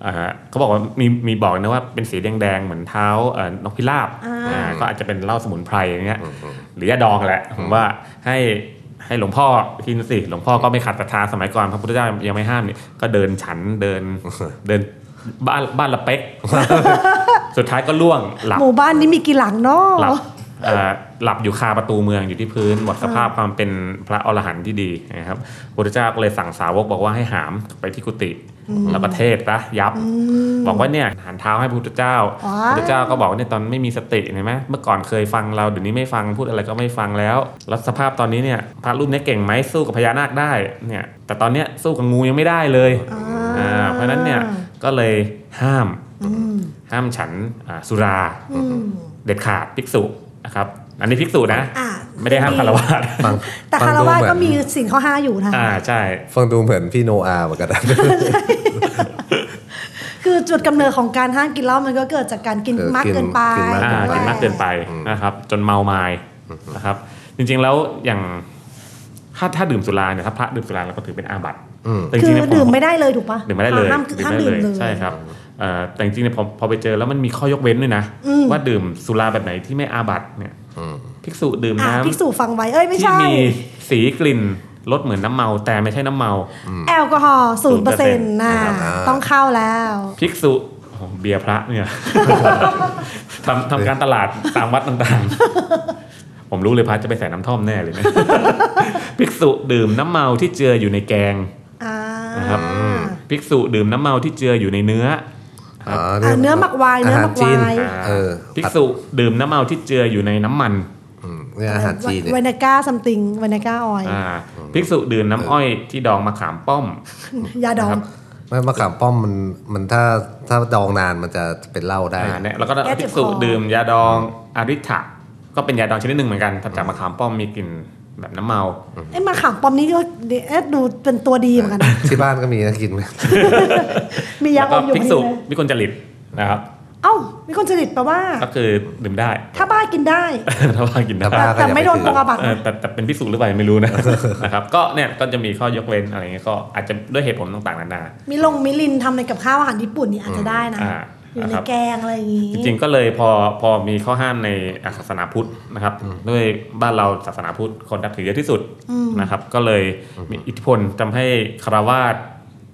S4: เอ่อเขาบอกว่ามีมีบอกนะว่าเป็นสีแดงๆเหมือนเท้าเอ่อนกพิราบ
S3: อ่า
S4: อ่าก็อาจจะเป็นเหล้าสมุนไพรอย่างเงี้ยหรือยาดองแหละผมว่าให้ให้หลวงพ่อกินสิหลวงพ่อก็ไม่ขัดศรัทธาสมัยก่อนพระพุทธเจ้ายังไม่ห้ามเนี่ยก็เดินฉันเดินเดินบ้านบ้านละเป๊ก สุดท้ายก็ล่วงหลับ
S3: หมู่บ้านนี้มีกี่หลังเนาะ
S4: หลับ เอ่อหลับอยู่คาประตูเมืองอยู่ที่พื้นหมดสภาพความเป็นพระอรหันต์ที่ดีนะครับพุทธเจ้าก็เลยสั่งสาวกบอกว่าให้หามไปที่กุฏิแล้วประเทศนะยับ บอกว่าเนี่ยหันเท้าให้พระพุทธเจ้า
S3: ว้าย
S4: พุทธเจ้าก็บอกว่าเนี่ยตอนไม่มีสติเห็นไหมเมื่อก่อนเคยฟังเราเดี๋ยวนี้ไม่ฟังพูดอะไรก็ไม่ฟังแล้วแล้วสภาพตอนนี้เนี่ยพระรูปเนี้เก่งไหมสู้กับพญานาคได้เนี่ยแต่ตอนเนี้ยสู้กับงูยังไม่ได้เลยอ่าเพราะฉะนั้นเนี่ยก็เลยห้าม
S3: อืม
S4: ห้ามฉันอ่าสุรา
S3: อืม
S4: เด็ดขาดภิกษุนะครับอันนี้ภิกษุนะ
S3: อ่ะ
S4: ไม่ได้ห้ามคารวาส
S5: ฟัง
S3: แต่
S5: ฟัง
S3: คาร
S5: ดู
S3: วะ
S5: เหมือน
S3: ก็มีสินข้อห้าอยู่นะ
S4: อ่าใช่
S5: ฟังดูเหมือนพี่โนอาเหมือนกันนะ
S3: คือจุดกำเนิดของการห้ามกินเหล้ามันก็เกิดจากการกิน
S5: เออ
S3: มาก
S5: กิน
S3: เกินไป
S5: กินมาก
S4: อ่ากินมากเกินไปนะครับ จนเมาไม้นะครับ จริงๆแล้วอย่างถ้าถ้าดื่มสุราเนี่ยถ้าพระดื่มสุราเราก็ถือเป็นอาบัติ
S5: อืม
S4: แต่จ
S3: คื
S4: ริง
S3: อ
S4: ๆเนี่ยผ
S3: ดื่มไม่ได้เลยถูกปะ
S4: ดื่มไม่ได้เลย
S3: ห้ามห้ามดื่มเลย
S4: ใช่ครับเอ่อแต่จริงๆเนี่ยพอพอไปเจอแล้วมันมีข้อยกเว้นด้วยนะ
S3: อืม
S4: ว่าดื่มสุราแบบไหนที่ไม่อาบัติเนี่ย
S5: อืม
S4: ภิกษุดื่ม
S3: อ่ะ
S4: น้ำ
S3: ภิกษุฟังไว้เอ้ยไม่
S4: ที่
S3: ใช่
S4: มีสีกลิ่นรสเหมือนน้ำเมา แต่ไม่ใช่น้ำเมา
S3: แอลกอฮอล์ศูนย์เปอร์เซ็นต์
S4: 0%
S3: นะต้องเข้าแล้ว
S4: ภิกษุโอ้โหเบียร์พระเนี่ย ทำทำการตลาดตามวัดต่างๆ ผมรู้เลยพระจะไปใส่น้ำท่อมแน่เลย นะ ภิกษุดื่มน้ำเมาที่เจืออยู่ในแกง
S3: อ่า
S4: นะครับภิกษุดื่มน้ำเมาที่เจืออยู่ในเนื้อ ครับ
S5: อ๋อ
S3: อ่าเนื้อหมักไวน์เนื้อหมักไว
S5: อาหารจี
S3: น์
S5: น เออ
S4: ภิกษุดื่มน้ำเมาที่เจืออยู่ในน้ำมัน
S5: อืมเนี่ยอาหารจีนเนี่ย
S3: ไวนาก้าซัมติงไวนาก้าออย
S4: อ่าภิกษุดื่มน้ำอ้อยที่ดองมะขามป้อม
S3: ยาดอ
S4: ครั
S3: ง
S4: บ
S5: ไม่มะขามป้อมมันมันถ้าถ้าดองนานมันจะเป็นเหล้าได้
S4: อ่าเนี่ยแล้วก็
S3: แก้เจ็บ
S4: ภิกษุ
S3: คอ
S4: ดื่มยาดองอาริถะก็เป็นยาดองชนิดหนึ่งเหมือนกันทำจากมะขามป้อมมีกลิ่นแบบน้ำเมา
S3: ไอ้ยมาขามปอมนี้ก็เอ๊ะดูเป็นตัวดีเหมือนกันนะ
S5: ที่บ้านก็มีนะกินไหม
S3: มียา
S4: แล้
S3: อ
S4: วก็
S3: มอยู่
S4: ภิ
S3: พ
S4: ก
S3: อ
S4: ษุ
S3: ดีเลย
S4: วิกลจริตนะครับ
S3: เอ้ามีคนจริตแปลว่า
S4: ก็คือดื่มได้
S3: ถ้าบ้ากินได้
S4: ถ้าว่ากินได้
S5: บ้าก็
S3: แต่
S5: อย่าไป
S3: ไม่โดน
S5: ถื
S3: ก
S5: อ
S3: องอาบัต
S4: เออแต่แต่เป็นพิสูจน์หรือเปล่าไม่รู้ นะ นะครับก็เนี่ยก็จะมีข้อยกเว้นอะไรเงี้ยก็อาจจะด้วยเหตุผลต่างๆนานา
S3: มีลงมิลินทำในกับข้าวอาหารญี่ปุ่นนี่อาจจะได้นะ
S4: อ่า
S3: อยู่ใน
S4: นะครับ
S3: แกงอะไรอย่างงี้
S4: จริงๆก็เลยพอพอมีข้อห้ามในศาสนาพุทธนะครับ ด้วยบ้านเราศาสนาพุทธคนนับถือเยอะที่สุดนะครับ ก็เลยมีอิทธิพลทำให้คารวาส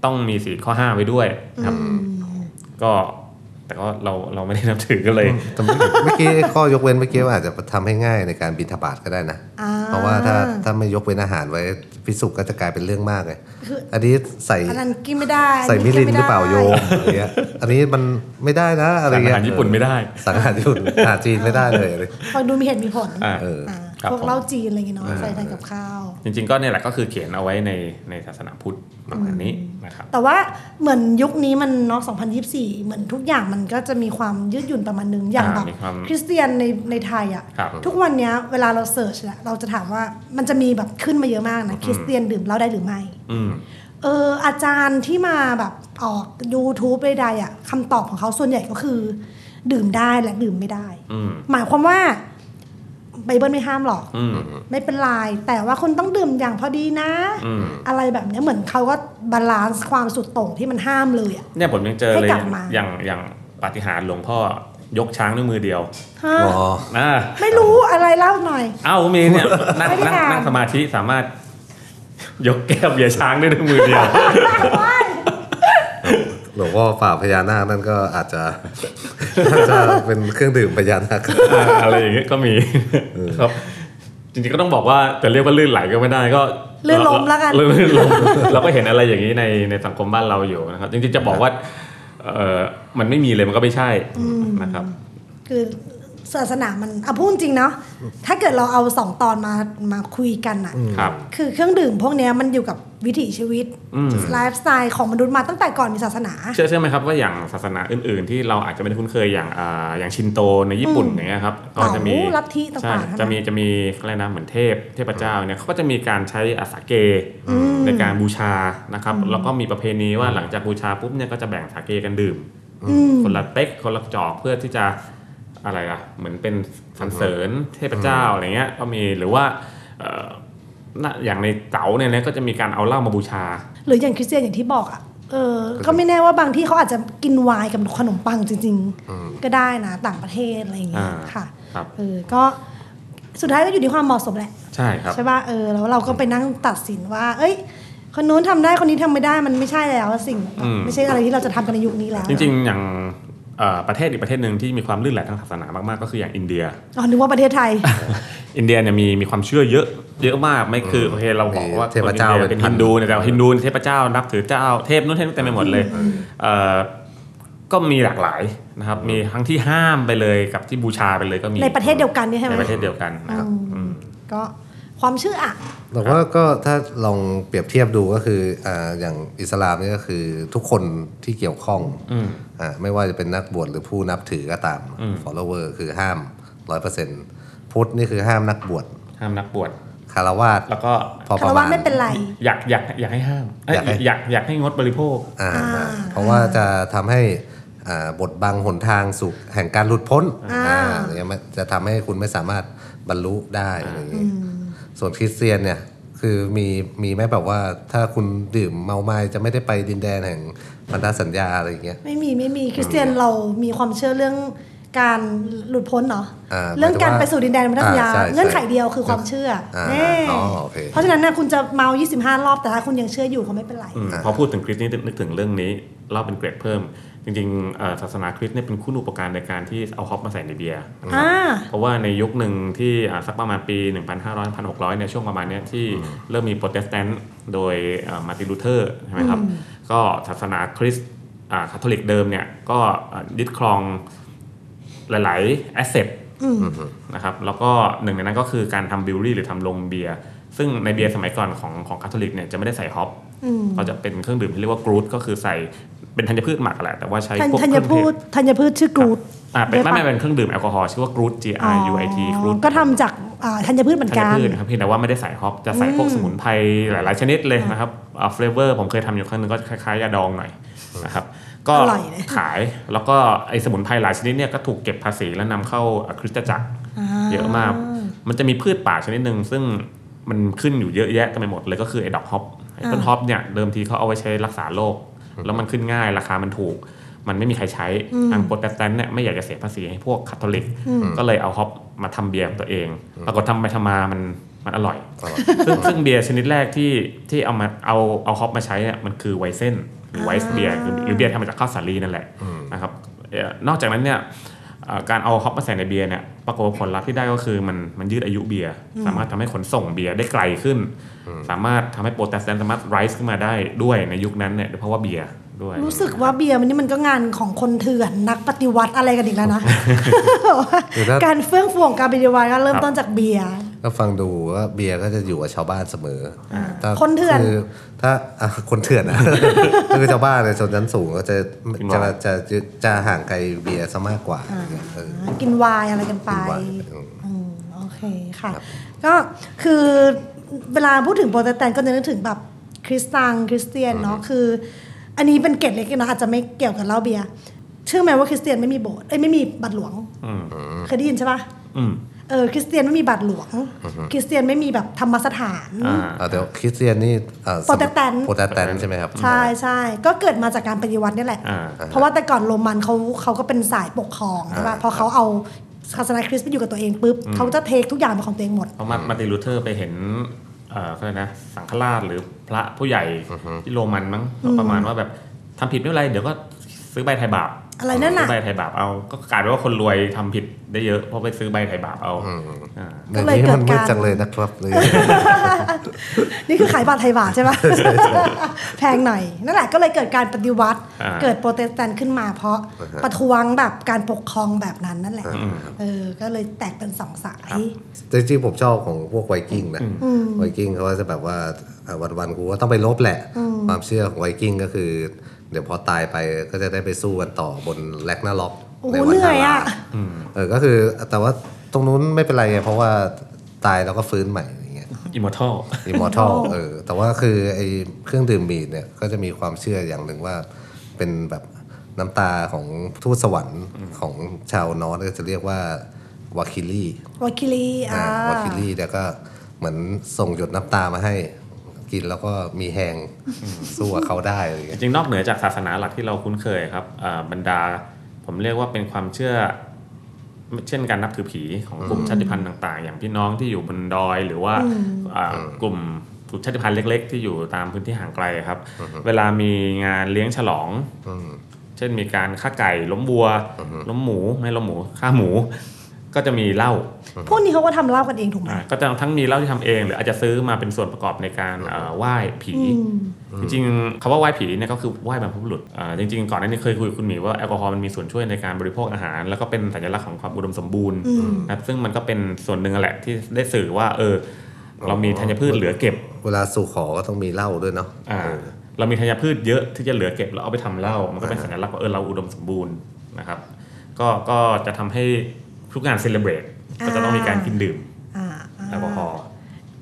S4: ต้องมีสีลข้อห้าไว้ด้วยนะครับก็แต่ก็เราเราไม่ได้นับถือก็เลย
S5: แต่เมื่อเมื่อกี้ข้อยกเว้นเมื่อกี้ว่าอาจจะทำให้ง่ายในการบินทบาทก็ได้นะ
S3: อ่
S5: เพราะว่าถ้าถ้าไม่ยกเว้นอาหารไว้พิสุก็จะกลายเป็นเรื่องมากไง
S3: คือ
S5: อันนี้ใส่
S3: อันนั้นกินไม่ได้
S5: ใส่มิลินหรือเปล่า
S3: กิ
S5: โย
S3: ไได้
S5: มอะไรเงี้ยอันนี้มันไม่ได้นะอะไรเงี้ย
S4: สั่งอาหารญี่ปุ่นไม่ได้
S5: สั่งอาหารญี่ปุ่นอาหารจีนไม่ได้เลย อะไร
S3: ฟังดูมีเหตุมีผล
S4: อ่า
S5: เออ
S3: อ่า
S4: ครับ
S3: พวก
S4: ผม
S3: เหล้าจีนอะไรอย่างเงี้ยเนาะใส่ทานกับข้าว
S4: จริงๆก็เนี่ยแหละก็คือเขียนเอาไว้ในในศาสนาพุทธประมาณนี้นะครับ
S3: แต่ว่าเหมือนยุคนี้มันเนาะ2024 เหมือนทุกอย่างมันก็จะมีความยืดหยุ่นประมาณนึง อย่าง
S4: อ่า
S3: แบบ
S4: มีความ
S3: คริสเตียนในในไทยอะ
S4: ครั่
S3: ะ
S4: บ
S3: ทุกวันเนี้ยเวลาเราเสิร์ชอะเราจะถามว่ามันจะมีแบบขึ้นมาเยอะมากนะคริสเตียนดื่มเหล้าได้หรือไม่
S4: อืม
S3: เอออาจารย์ที่มาแบบออก YouTube ใดๆอะ่ะคำตอบของเขาส่วนใหญ่ก็คือ ดื่มได้และดื่มไม่ได้
S4: อืม
S3: หมายความว่าไบเบิลไม่ห้ามหรอก
S4: อืม
S3: ไม่เป็นไรแต่ว่าคุณต้องดื่มอย่างพอดีนะ
S4: อืม
S3: อะไรแบบเนี้ยเหมือนเขาก็บาลานซ์ความสุดโต่งที่มันห้ามเลยอ่ะ
S4: เนี่ยผมยังเจอเลย
S3: ให้
S4: อก
S3: ลับ
S4: ย่าง
S3: มา
S4: อย่างอย่างปาฏิหาริย์หลวงพ่อยกช้างด้วยมือเดียว
S3: ฮะ
S5: อ๋อ
S4: อ่า
S3: ไม่รู้อะไรเล่าหน่อย
S4: เอ้ามี เนี่ยนั่ง
S3: ไม่ได้
S4: นั่ง
S3: อ่าน
S4: นั่งสมาธิสามารถ ยกแก้วเบียร์ช้างได้ด้วยมือเดียว
S5: หลวงพ่อฝ่าพญานาคนั่นก็อาจจะ อาจจะเป็นเครื่องดื่มพญานาค
S4: อ่าอะไรอย่างเงี้ยก็มีครับ จริงๆก็ต้องบอกว่าแต่เรียกว่าลื่นไหลก็ไม่ได้ก็
S3: ลื่นล้มแล้วกัน
S4: เรา ลื่นล้มเราก็เห็นอะไรอย่างนี้ในในสังคมบ้านเราอยู่นะครับ จริงๆจะบอกว่าเออมันไม่มีเลยมันก็ไม่ใช่นะครับ
S3: คือศาสนามันอ่ะพูดจริงเนาะถ้าเกิดเราเอาสองตอนมามาคุยกันอ่ะ
S4: ครับ
S3: คือเครื่องดื่มพวกเนี้ยมันอยู่กับวิถีชีวิต
S4: อืม
S3: ไลฟ์สไตล์ของมนุษย์มาตั้งแต่ก่อนมีศาสนา
S4: เชื่อเชื่อไหมครับว่าอย่างศาสนาอื่นๆ ที่เราอาจจะไม่ได้คุ้นเคยอย่างอ่าอย่างชินโตในญี่ปุ่นอย่างเงี้ยครับก็จะมี
S3: เหล่าลัทธิต่างๆ
S4: ใช่
S3: ใช่ไหม
S4: จะมีจะมีอะไรนะเหมือนเทพเทพเจ้าเนี่ยเขาก็จะมีการใช้อาสาเก
S3: อืม
S4: ในการบูชานะครับแล้วก็มีประเพณีว่าหลังจากบูชาปุ๊บเนี่ยก็จะแบ่งสาเกกันดื่ม
S3: อืม
S4: คนละเต็กคนละจอกเพื่อที่จะอะไรอะเหมือนเป็นสรรเสริญเทพเจ้าอะไรเงี้ยก็มีหรือว่าเอ่อน่ะอย่างในเต๋าเนี่ยนะก็จะมีการเอาเหล้ามาบูชา
S3: หรืออย่างคริสเตียนอย่างที่บอกอ่ะ เออ ก็ไม่แน่ว่าบางที่เขาอาจจะกินไวน์กับขนมปังจริง ๆ ก็ได้นะ ต่างประเทศอะไรอย่างเงี้ย
S4: อ่า
S3: ค่ะ
S4: ครับ
S3: เออก็สุดท้ายก็อยู่ที่ความเหมาะสมแหละ
S4: ใช่ครับ
S3: ใช่ป่ะเออแล้วเราก็ไปนั่งตัดสินว่า เอ้ย คนนู้นทำได้คนนี้ทำไม่ได้มันไม่ใช่แล้วสิ่ง
S4: อืม
S3: ไม่ใช่อะไรที่เราจะทำกันในยุคนี้แล้ว
S4: จริงๆ อย่าง เอ่อประเทศอีกประเทศหนึ่งที่มีความลื่นไหลทางศาสนามากๆก็คืออย่างอินเดีย
S3: อ๋อนึกว่าประเทศไทย
S4: อินเดียเนี่ยมีมีความเชื่อเยอะเยอะมากไม่คือโอเคเราบอกว่า
S5: เทพเจ้า
S4: คนอินดีย
S5: เป็
S4: เป็น น
S5: พัน
S4: ฮินดูเนี่ยแต่ฮินดูเนี่ยเทพเจ้านับถือเจ้าเทพนู้นเทพนี้เต็มไปหมดเลยเอ่อก็มีหลากหลายนะครับมีทั้งที่ห้ามไปเลยกับที่บูชาไปเลยก็มี
S3: ในประเทศเดียวกันเนี่ยใช่ไหม
S4: ในประเทศเดียวกันนะครับ
S3: อืมก็ความเชื่ออะ
S5: แต่ว่าก็ถ้าลองเปรียบเทียบดูก็คืออ่าอย่างอิสลามนี่ก็คือทุกคนที่เกี่ยวข้องอ่าไม่ว่าจะเป็นนักบวชหรือผู้นับถือก็ตาม follower คือห้ามร้อยเปอร์เซ็นต์พุทธนี่คือห้ามนักบวช
S4: ห้ามนักบวช
S5: คารวาส
S4: แล้วก็
S5: พอป
S3: คาร
S5: ระ
S3: วะ
S5: มาณ
S3: ไม่เป็นไร
S4: อยากอยากอยากให้ห้ามเอ้ย
S5: อยากให้
S4: อยากอยากให้งดบริโภค
S5: อ่า
S3: อ่า
S5: เพราะว่าจะทำให้อ่าบทบังหนทางสู่แห่งการหลุดพ้น
S3: อ่า
S5: อ่าเนี่ยมันจะทำให้คุณไม่สามารถบรรลุได้อะไรอย่างงี้ส่วนคริสเตียนเนี่ยคือมีมีไหมแบบว่าถ้าคุณดื่มเมาไม้จะไม่ได้ไปดินแดนแห่งพันธสัญญาอะไรอย่างเงี้ย
S3: ไม่มีไม่มีคริสเตียนเรามีความเชื่อเรื่องการหลุดพ้นเนาะ
S5: อ่า
S3: เรื่องการ
S5: หมายถึงว่า
S3: ไปสู่ดินแดนพันธสัญญา
S5: อ่าใช่ใช่
S3: เงื่อนไขเดียวคือความเชื่ออาแน่
S5: อ๋อโอเค
S3: เพราะฉะนั้นนะคุณจะเมา 25 รอบแต่ถ้าคุณยังเชื่ออยู่ก็ไม่เป็นไร
S4: อืมพอพูดถึงคริสต์นี่นึกถึงเรื่องนี้เล่าเป็นเกรดเพิ่ม จริงๆเอ่อศาสนาคริสต์เนี่ยเป็นคู่นูปการในการที่เอาฮอปมาใส่ในเบียร์นะครับ
S3: อ่า
S4: เพราะว่าในยุคหนึ่งที่อ่าสักประมาณปี 1,500-1,600เนี่ยช่วงประมาณเนี้ยที่เริ่มมีโปรเตสแตนต์โดยมาตินลูเทอร์ใช่ไหมครับ ก็ศาสนาคริสต์คาทอลิกเดิมเนี่ยก็อ่ายึดครองหลายๆแอสเซท นะครับแล้วก็หนึ่งในนั้นก็คือการทำบิวรี่หรือทำโรงเบียร์ซึ่งในเบียร์สมัยก่อนของของคาทอลิกเนี่ยจะไม่ได้ใส่ฮอปเขาจะเป็นเครื่องดื่มที่เรียกว่ากรูดก็คือใส่เป็นธัญพืชหมักอะแหละแต่ว่าใช้
S3: ธัญ
S4: พวก
S3: ธัญ
S4: เครื่อง
S3: พืช
S4: เทศ
S3: ธัญพืชชื่อกรูด
S4: อ่าเป็นไม่
S3: ด้
S4: ไม่
S3: ปะ
S4: เป็นเครื่องดื่มแอลกอฮอล์ชื่อว่ากรูด G
S3: อ๋อ
S4: R U I T กรูด
S3: ก็ทำจากอ่าธัญพืชเหมือน
S4: ธัญ
S3: กัน
S4: พืชครับเพียงแต่ว่าไม่ได้ใส่ฮอปจะใส่พวกสมุนไพรหลาย ๆ ชนิดเลยนะครับเฟลเวอร์ผมเคยทำอยู่ครั้งหนึ่งก็คล้ายๆยาดองหน่อยนะครับก็
S3: อร่อยเลย
S4: ขายแล้วก็ไอสมุนไพรหลายชนิดเนี่ยก็ถูกเก็บภาษีและนำเข้าคริสตจักร เยอะมาก มันจะมีพืชป่าชนิดหนึ่งซึ่งมันขึ้นอยู่เยอะแยะเต็มไปหมดเลยก็คือไอ้ดอกฮอปไอ้ต้นฮอปเนี่ยเดิมทีเขาเอาไว้ใช้รักษาโรคแล้วมันขึ้นง่ายราคามันถูก มันไม่มีใครใช้ทางโปรเตสแตนต์เนี่ยไม่อยากจะเสียภาษีให้พวกคาทอลิก ก็เลยเอาฮอปมาทำเบียร์ของตัวเอง ปรากฏทำไปทำมามันมันอร่อย ซึ่งซึ่งเบียร์ชนิดแรกที่ที่เอามาเอาเอาฮอปมาใช้เนี่ยมันคือไวเส้นหรือไวส์เบียร์หรือเบียร์ทำมาจากข้าวสาลีนั่นแหละนะครับเอ่อนอกจากนั้นเนี่ย เอ่อการเอาฮอปมาใส่ในเบียร์เนี่ยปรากฏว่าผลลัพธ์ที่ได้ก็คือมันมันยืดอายุเบียร์สามารถทำให้ขนส่งเบียร์ได้ไกลขึ้น สามารถทำให้โปรแทสแตนต์สามารถไรซ์ขึ้นมาได้ด้วยในยุคนั้นเนี่ยเพราะว่าเบียร์ด้วย
S3: รู้สึกว่าเบียร์มันนี่มันก็งานของคนเถื่อนนักปฏิวัติอะไรกันอีกแล้วนะ
S5: คือถ้า
S3: การเฟื่องฟูของการปฏิวัติก็เริ่มต้นจากเบียร์
S5: ก็ฟังดูว่าเบียร์ก็จะอยู่กับชาวบ้านเสมออถ้า
S3: คนเถื่อน
S5: คือถ้าอ่ะคนเถื่อนนะ คือชาวบ้านในชนชั้นสูงก็จะจะจะจะจะห่างไกลเบียร์ซะมากกว่าเออ
S3: กินไวายอะไรกันไป
S5: กินไวน์อืม
S3: อืมโอเคค่ะ ก็คือเวลาพูดถึงโปรเตสแตนต์ก็จะนึกถึงแบบคริสตังคริสเตียนเนาะคือ อันนี้เป็นเกร็ดเล็กๆนะอาจจะไม่เกี่ยวกับเหล้าเบียร์เชื่อไหมว่าคริสเตียนไม่มีโบสถ์เอ้ยไม่มีบัตรหลวงเคยได้ยินใช่ปะ
S4: อืม
S3: เออคริสเตียนไม่มีบัตรหลวง คริสเตียนไม่มีแบบธรรมสถาน
S4: อ่า
S5: อ่ะเดี๋ยวคริสเตียนนี่อ่ะ
S3: โปรเตสแตนต์
S5: โปรเตสแตนต์ใช่ไหมครับ
S3: ใช่ใช่ก็เกิดมาจากการปฏิวัตินี่แหละ
S4: อ่า
S3: เพราะว่าแต่ก่อนโรมันเขาเขาก็เป็นสายปกครองใช่ปะพอเขาเอาศาสนาคริสต์ไปอยู่กับตัวเองปุ๊บเขาจะเทคทุกอย่างเป็นของตัวเองหมด
S4: เพราะมามาร์ตินลูเทอร์ไปเห็นเอ่อเขาเรียกนะสังฆราชหรือพระผู้ใหญ่ที่โรมันมั้งประมาณว่าแบบทำผิดไม่เป็นไรเดี๋ยวก็ซื้อใบไทยบาป
S3: อะไรนั่นน่ะ
S4: ซื้อใบไทยบาปเอาก็กลายเป็นว่าคนรวยทำผิดได้เยอะเพราะไปซื้อใบไทยบาปเอาอ่า
S5: ดี๋ว
S3: ก็เลยเกิด
S5: มัมืด
S3: การ
S5: จังเลยนะครับ เลย
S3: นี่คือขายบาทไทยบาทใช่ปะ แพงหน่อย นั่นแหละก็เลยเกิดการปฏิวัติ
S4: อ่า
S3: เกิดโปรเตสแตนต์ขึ้นมา เพราะประท้วงแบบการปกครองแบบนั้นนั่นแหละเออก็เลยแตกเป็นสองสาย
S5: จริงๆผมชอบของพวกไวกิ้งนะไวกิ้งเขาก็จะแบบว่าอ่ะวันๆกูก็ต้องไปลบแหละ ความเชื่อของไวกิ้งก็คือ เดี๋ยวพอตายไปก็จะได้ไปสู้กันต่อบนแลกหน้าล็อก
S3: โอ้โห
S5: ในวัน
S3: เหนื่อยอะ
S5: ฮาลาเออก็คือแต่ว่าตรงนู้นไม่เป็นไรไงเพราะว่าตายแล้วก็ฟื้นใหม่อย่างเงี้ย
S4: อิมมอร์ทัล
S5: อิมมอร์ทัลเออแต่ว่าคือไอ้เครื่องดื่มมีดเนี่ยก็จะมีความเชื่ออย่างหนึ่งว่าเป็นแบบน้ำตาของทูตสวรรค์ของชาวนอร์ทก็จะเรียกว่าวาคิลี่
S3: วาคิลีอ่า
S5: วาคิลี่แล้วก็เหมือนส่งหยดน้ำตามาให้กินแล้วก็มีแหงสู้กับเขาได้อะไรอย่าง
S4: จ
S5: เงี้ย
S4: ริงๆนอกเหนือจากศาสนาหลักที่เราคุ้นเคยครับอ่าบรรดาผมเรียกว่าเป็นความเชื่อ เช่นการนับถือผีของกลุ่มชาติพันธุ์ต่าง ๆ อย่างพี่น้องที่อยู่บนดอย หรือว่าอ่ากลุ่มกลุ่มชาติพันธุ์เล็ก ๆ ที่อยู่ตามพื้นที่ห่างไกลครับ เวลามีงานเลี้ยงฉลอง เช่นมีการฆ่าไก่ล้มวัว ล้มหมูไม่ล้มหมูฆ่าหมู ก็จะมีเหล้า
S3: พวกนี้เขาก็ทำเหล้ากันเองถูกไหม
S4: อ่าก็จะทั้งมีเหล้าที่ทำเอง หรืออาจจะซื้อมาเป็นส่วนประกอบในการเอ่อไหว้ผี
S3: อืม
S4: จริงๆคำว่าไหว้ผีเนี่ยก็คือไหว้บรรพบุรุษอ่าจริงๆ ก่อนหน้านี้เคยคุยกับคุณหมีว่าแอลกอฮอล์มันมีส่วนช่วยในการบริโภคอาหาร แล้วก็เป็นสัญลักษณ์ของความอุดมสมบูรณ์
S3: อืม
S4: นะครับซึ่งมันก็เป็นส่วนหนึ่งแหละที่ได้สื่อว่าเออเรามีธัญพืชเหลือเก็บ
S5: เวลาสู่ขอก็ต้องมีเหล้าด้วยเนาะ
S4: อ่า
S5: เออ
S4: เรามีธัญพืชเยอะที่จะเหลือเก็บแล้วเอาไปทำเหล้ามันก็เป็นสัญลักษณ์ว่าเออเราอุดมสมบูรณ์นะครับก็ก็จะทำให้ทุกงานเซเลบรตก็จะต้องมีการกินดื่ม
S3: อ่าา
S4: แอลกอฮอล์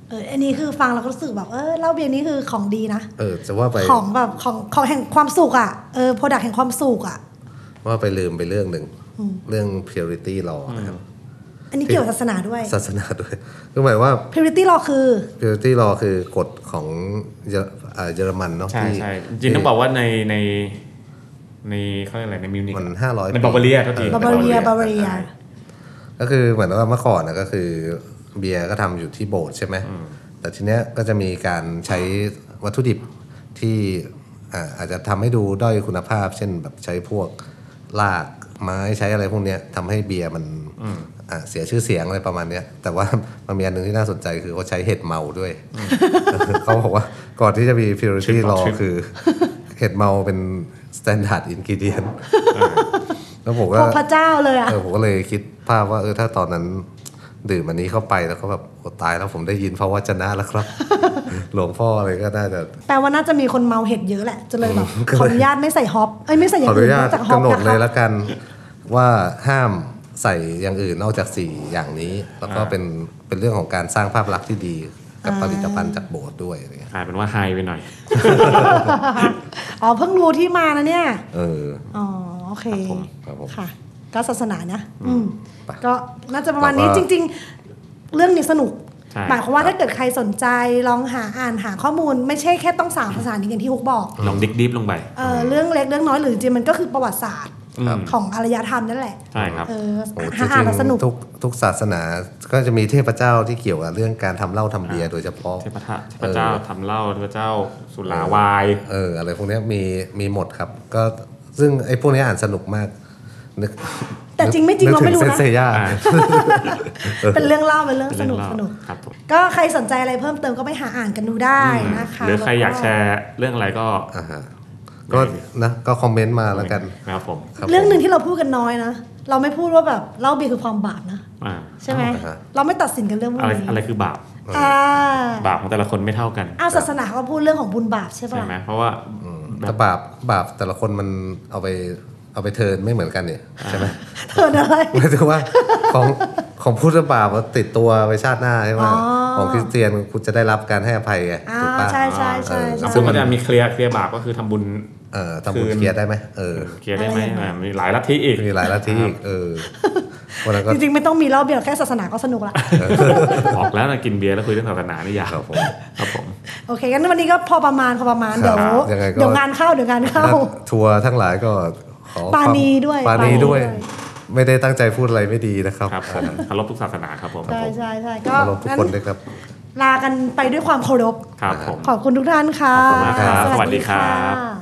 S3: เอออันนี้คือฟังเราก็รู้สึกแบบเออเหล้าเบียร์นี่คือของดีนะ
S5: เออจะว่าไป
S3: ของแบบของของแห่งความสุขอ่ะเออโปรดักแห่งความสุขอ่ะ
S5: ว่าไปลืมไปเรื่องหนึ่ง
S3: อืม
S5: เรื่อง purity law นะครับ
S3: อันนี้เกี่ยวกับศาสนาด้วย
S5: ศาสนาด้วยก็หมายว่า
S3: purity law คือ
S5: purity law คือกฎของเยอรอ่าเยอรมันเนาะ
S4: ใช่
S5: ที่
S4: ใช่จริงๆต้องบอกว่าในในในเขาเรียกอะไรในมิวนิก
S5: มันห้าร้อย
S4: ใน Bavaria ก็ดี
S3: บาบาเรียบาบาเรีย
S5: ก็คือเหมือนว่าเมื่อก่อนนะก็คือเบียร์ก็ทำอยู่ที่โบสถ์ใช่ไหม แต่ทีเนี้ยก็จะมีการใช้วัตถุดิบที่อ่าอาจจะทำให้ดูด้อยคุณภาพ เช่นแบบใช้พวกลากไม้ใช้อะไรพวกเนี้ยทำให้เบียร์มันอ่าเสียชื่อเสียงอะไรประมาณเนี้ยแต่ว่า มันมีอันหนึ่งที่น่าสนใจคือเขาใช้เห็ดเมาด้วย เขาบอกว่าก่อนที่จะมี purity
S4: Trip of
S5: law
S4: trip
S5: คือเห็ดเมาเป็น standard ingredient แล้วผมก็
S3: พวกพระเจ้าเลยอ่ะ
S5: เออผมก็เลยคิดภาพว่าเออถ้าตอนนั้น ดื่มอันนี้เข้าไปแล้วก็แบบโอ้ตายแล้วผมได้ยินพระวจนะแล้วครับ หลวงพ่ออะไรก็น่าจะ
S3: แปลว่าน่าจะมีคนเมาเห็ดเยอะแหละจะเลยแบบ
S5: อืม
S3: ขออนุญาตไม่ใส่ฮอปเอ้ยไม่ใส่อ
S5: ข
S3: ย่า
S5: อง อนุ
S3: อื่นน
S5: ญา
S3: อ
S5: ต
S3: กจากฮอป
S5: กำหนด
S3: นะ
S5: เลย
S3: คะ
S5: ละกันว่าห้ามใส่อย่างอื่นนอกจากสี่อย่างนี้ แล้วก็เป็นเป็นเรื่องของการสร้างภาพลักษณ์ที่ดีกับผลิตภัณฑ์จากโบสถ์ด้วยอะไรเงี้ย
S4: กลายเป็นว่าไฮไปหน่อย
S3: อ๋อเพิ่งรู้ที่มานะเนี่ย
S5: เออ
S3: อ๋อโอเค
S4: ครับผม
S5: ครับผม
S3: ค่ะ ก็ศาสนานะ อืม
S5: ไป
S3: ก็น่าจะประมาณนี้
S5: แล้วก็
S3: จริง ๆ เรื่องนี้สนุก
S4: ใช่
S3: หมายความว่าถ้าเกิดใครสนใจลองหาอ่านหาข้อมูล ไม่ใช่แค่ต้องสามภาษานี้อย่างที่ฮุกบอก
S4: ลองดิกดิฟลงไป
S3: เออเรื่องเล็กเรื่องน้อยหรือจริงๆมันก็คือประวัติศาสตร์
S4: อืม
S3: ของอารยธรรมนั่นแหละ
S4: ใช่ครับ
S3: เออ
S5: โอ้ จ
S3: หา
S5: ริ
S3: อ่าน
S5: ง
S3: แล้วสนุก
S5: ๆทุกทุกศาสนาก็จะมีเทพเจ้าที่เกี่ยวกับเรื่องการทำเหล้าทำเบียร์โดยเฉพาะ
S4: เทพเจ้าเทพเจ้าทำเหล้าเทพเจ้าสุราวาย
S5: เอออะไรพวกเนี้ยมีมีหมดครับ ก็ซึ่งไอ้พวกเนี้ยอ่านสนุกมากนึก
S3: แต่จริงไม่จริงเราไม่รู้นะ
S5: กถึเซนเซย่า
S4: อ่า
S3: เป็นเรื่องเล่าเป็นเรื่องสนุก
S4: เล่า
S3: สนุก
S4: ครับผม
S3: ก็ใครสนใจอะไรเพิ่มเติมก็ไปหาอ่านกันดูได้นะคะ
S4: หรือใครอยากแชร์เรื่องอะไรก็
S5: อ่าฮะก็นะก็คอมเมนต์มาแล้วกัน
S4: นะครับผม
S5: คบ
S3: เรื่องหนึ่ง
S5: ผม
S3: ที่เราพูดกันน้อยนะ เราไม่พูดว่าแบบเหล่าเบียร์คือความบาปนะ
S4: อ่า
S3: ใช่ไหม
S5: อ่าฮะ
S3: เราไม่ตัดสินกันเรื่องพวก
S4: อะไร
S3: นี้
S4: อะไรคือบาป
S3: อ่า
S4: บาปของแต่ละคนไม่เท่ากัน
S3: อ้าวศาสนาเขาพูดเรื่องของบุญบาปใช่
S4: ใช่
S3: ปะ
S4: ไหมเพราะว่าแบบบ
S5: แต่าปบาปแต่ละคนมันเอาไปเอาไปเทิร์นไม่เหมือนกันเนี่ยใช่ไหม
S3: เถินอะไร
S5: หมายถึงว่าของของพุทธบาปมันติดตัวไปชาติหน้าใช่ไหม
S3: อ๋อ
S5: ของคริสเตียนคุณจะได้รับการให้อภัยไง
S3: อ่า
S5: ถูกปะ
S3: ใช่ใช่ใช่
S5: เออ
S3: ใช่
S4: ซึ่งมันจะมีเคลียร์เคลียร์บาปก็คือทำบุญ
S5: เออทำบุญ
S4: คืน
S5: เคลียร์ได้ไหมเออ
S4: เคลียร์ได้
S3: อะ
S4: ไหม
S3: ไรอย่างเงี้ย
S4: อ่ามีหลายลัทธิอีก
S5: มีหลายลัทธิอีกเออวันนั้นก็
S3: จริงๆ ไม่ต้องมีเหล่าเบียร์แค่ศาสนาก็สนุกละ
S4: บอกแล้วนะกินเบียร์แล้วคุยเรื่องศาสนานี่ยาว
S5: ครับผม
S4: ครับผม
S3: โอเคงั้นวันนี้ก็พอประมาณพอประมาณ
S5: ครั
S3: เดี๋ย
S5: บ
S3: ว
S5: ยังไงก็
S3: เดี๋ยวงานเข้าเดี๋ยวงานเข้า
S5: ทัวร์ทั้งหลายก็ขอ
S3: ปาณี
S5: ควม
S3: ด้วย
S5: ปานี
S3: ปาณี
S5: ด้วย
S3: ด้
S5: ไม่ได้ตั้งใจพูดอะไรไม่ดีนะครับ
S4: ครับผมเคารพทุกศาสนาครับผม
S3: ใช่ใช่ใช่ก็
S5: เคารพทุก
S3: งั้น
S5: คนด้วยครับ
S3: ลากันไปด้วยความเคารพ
S4: ครับผม
S3: ขอบคุณทุกท่านค่ะ
S4: ขอบคุณมากครับสวัสดีครับ
S3: สวัสดีค่ะ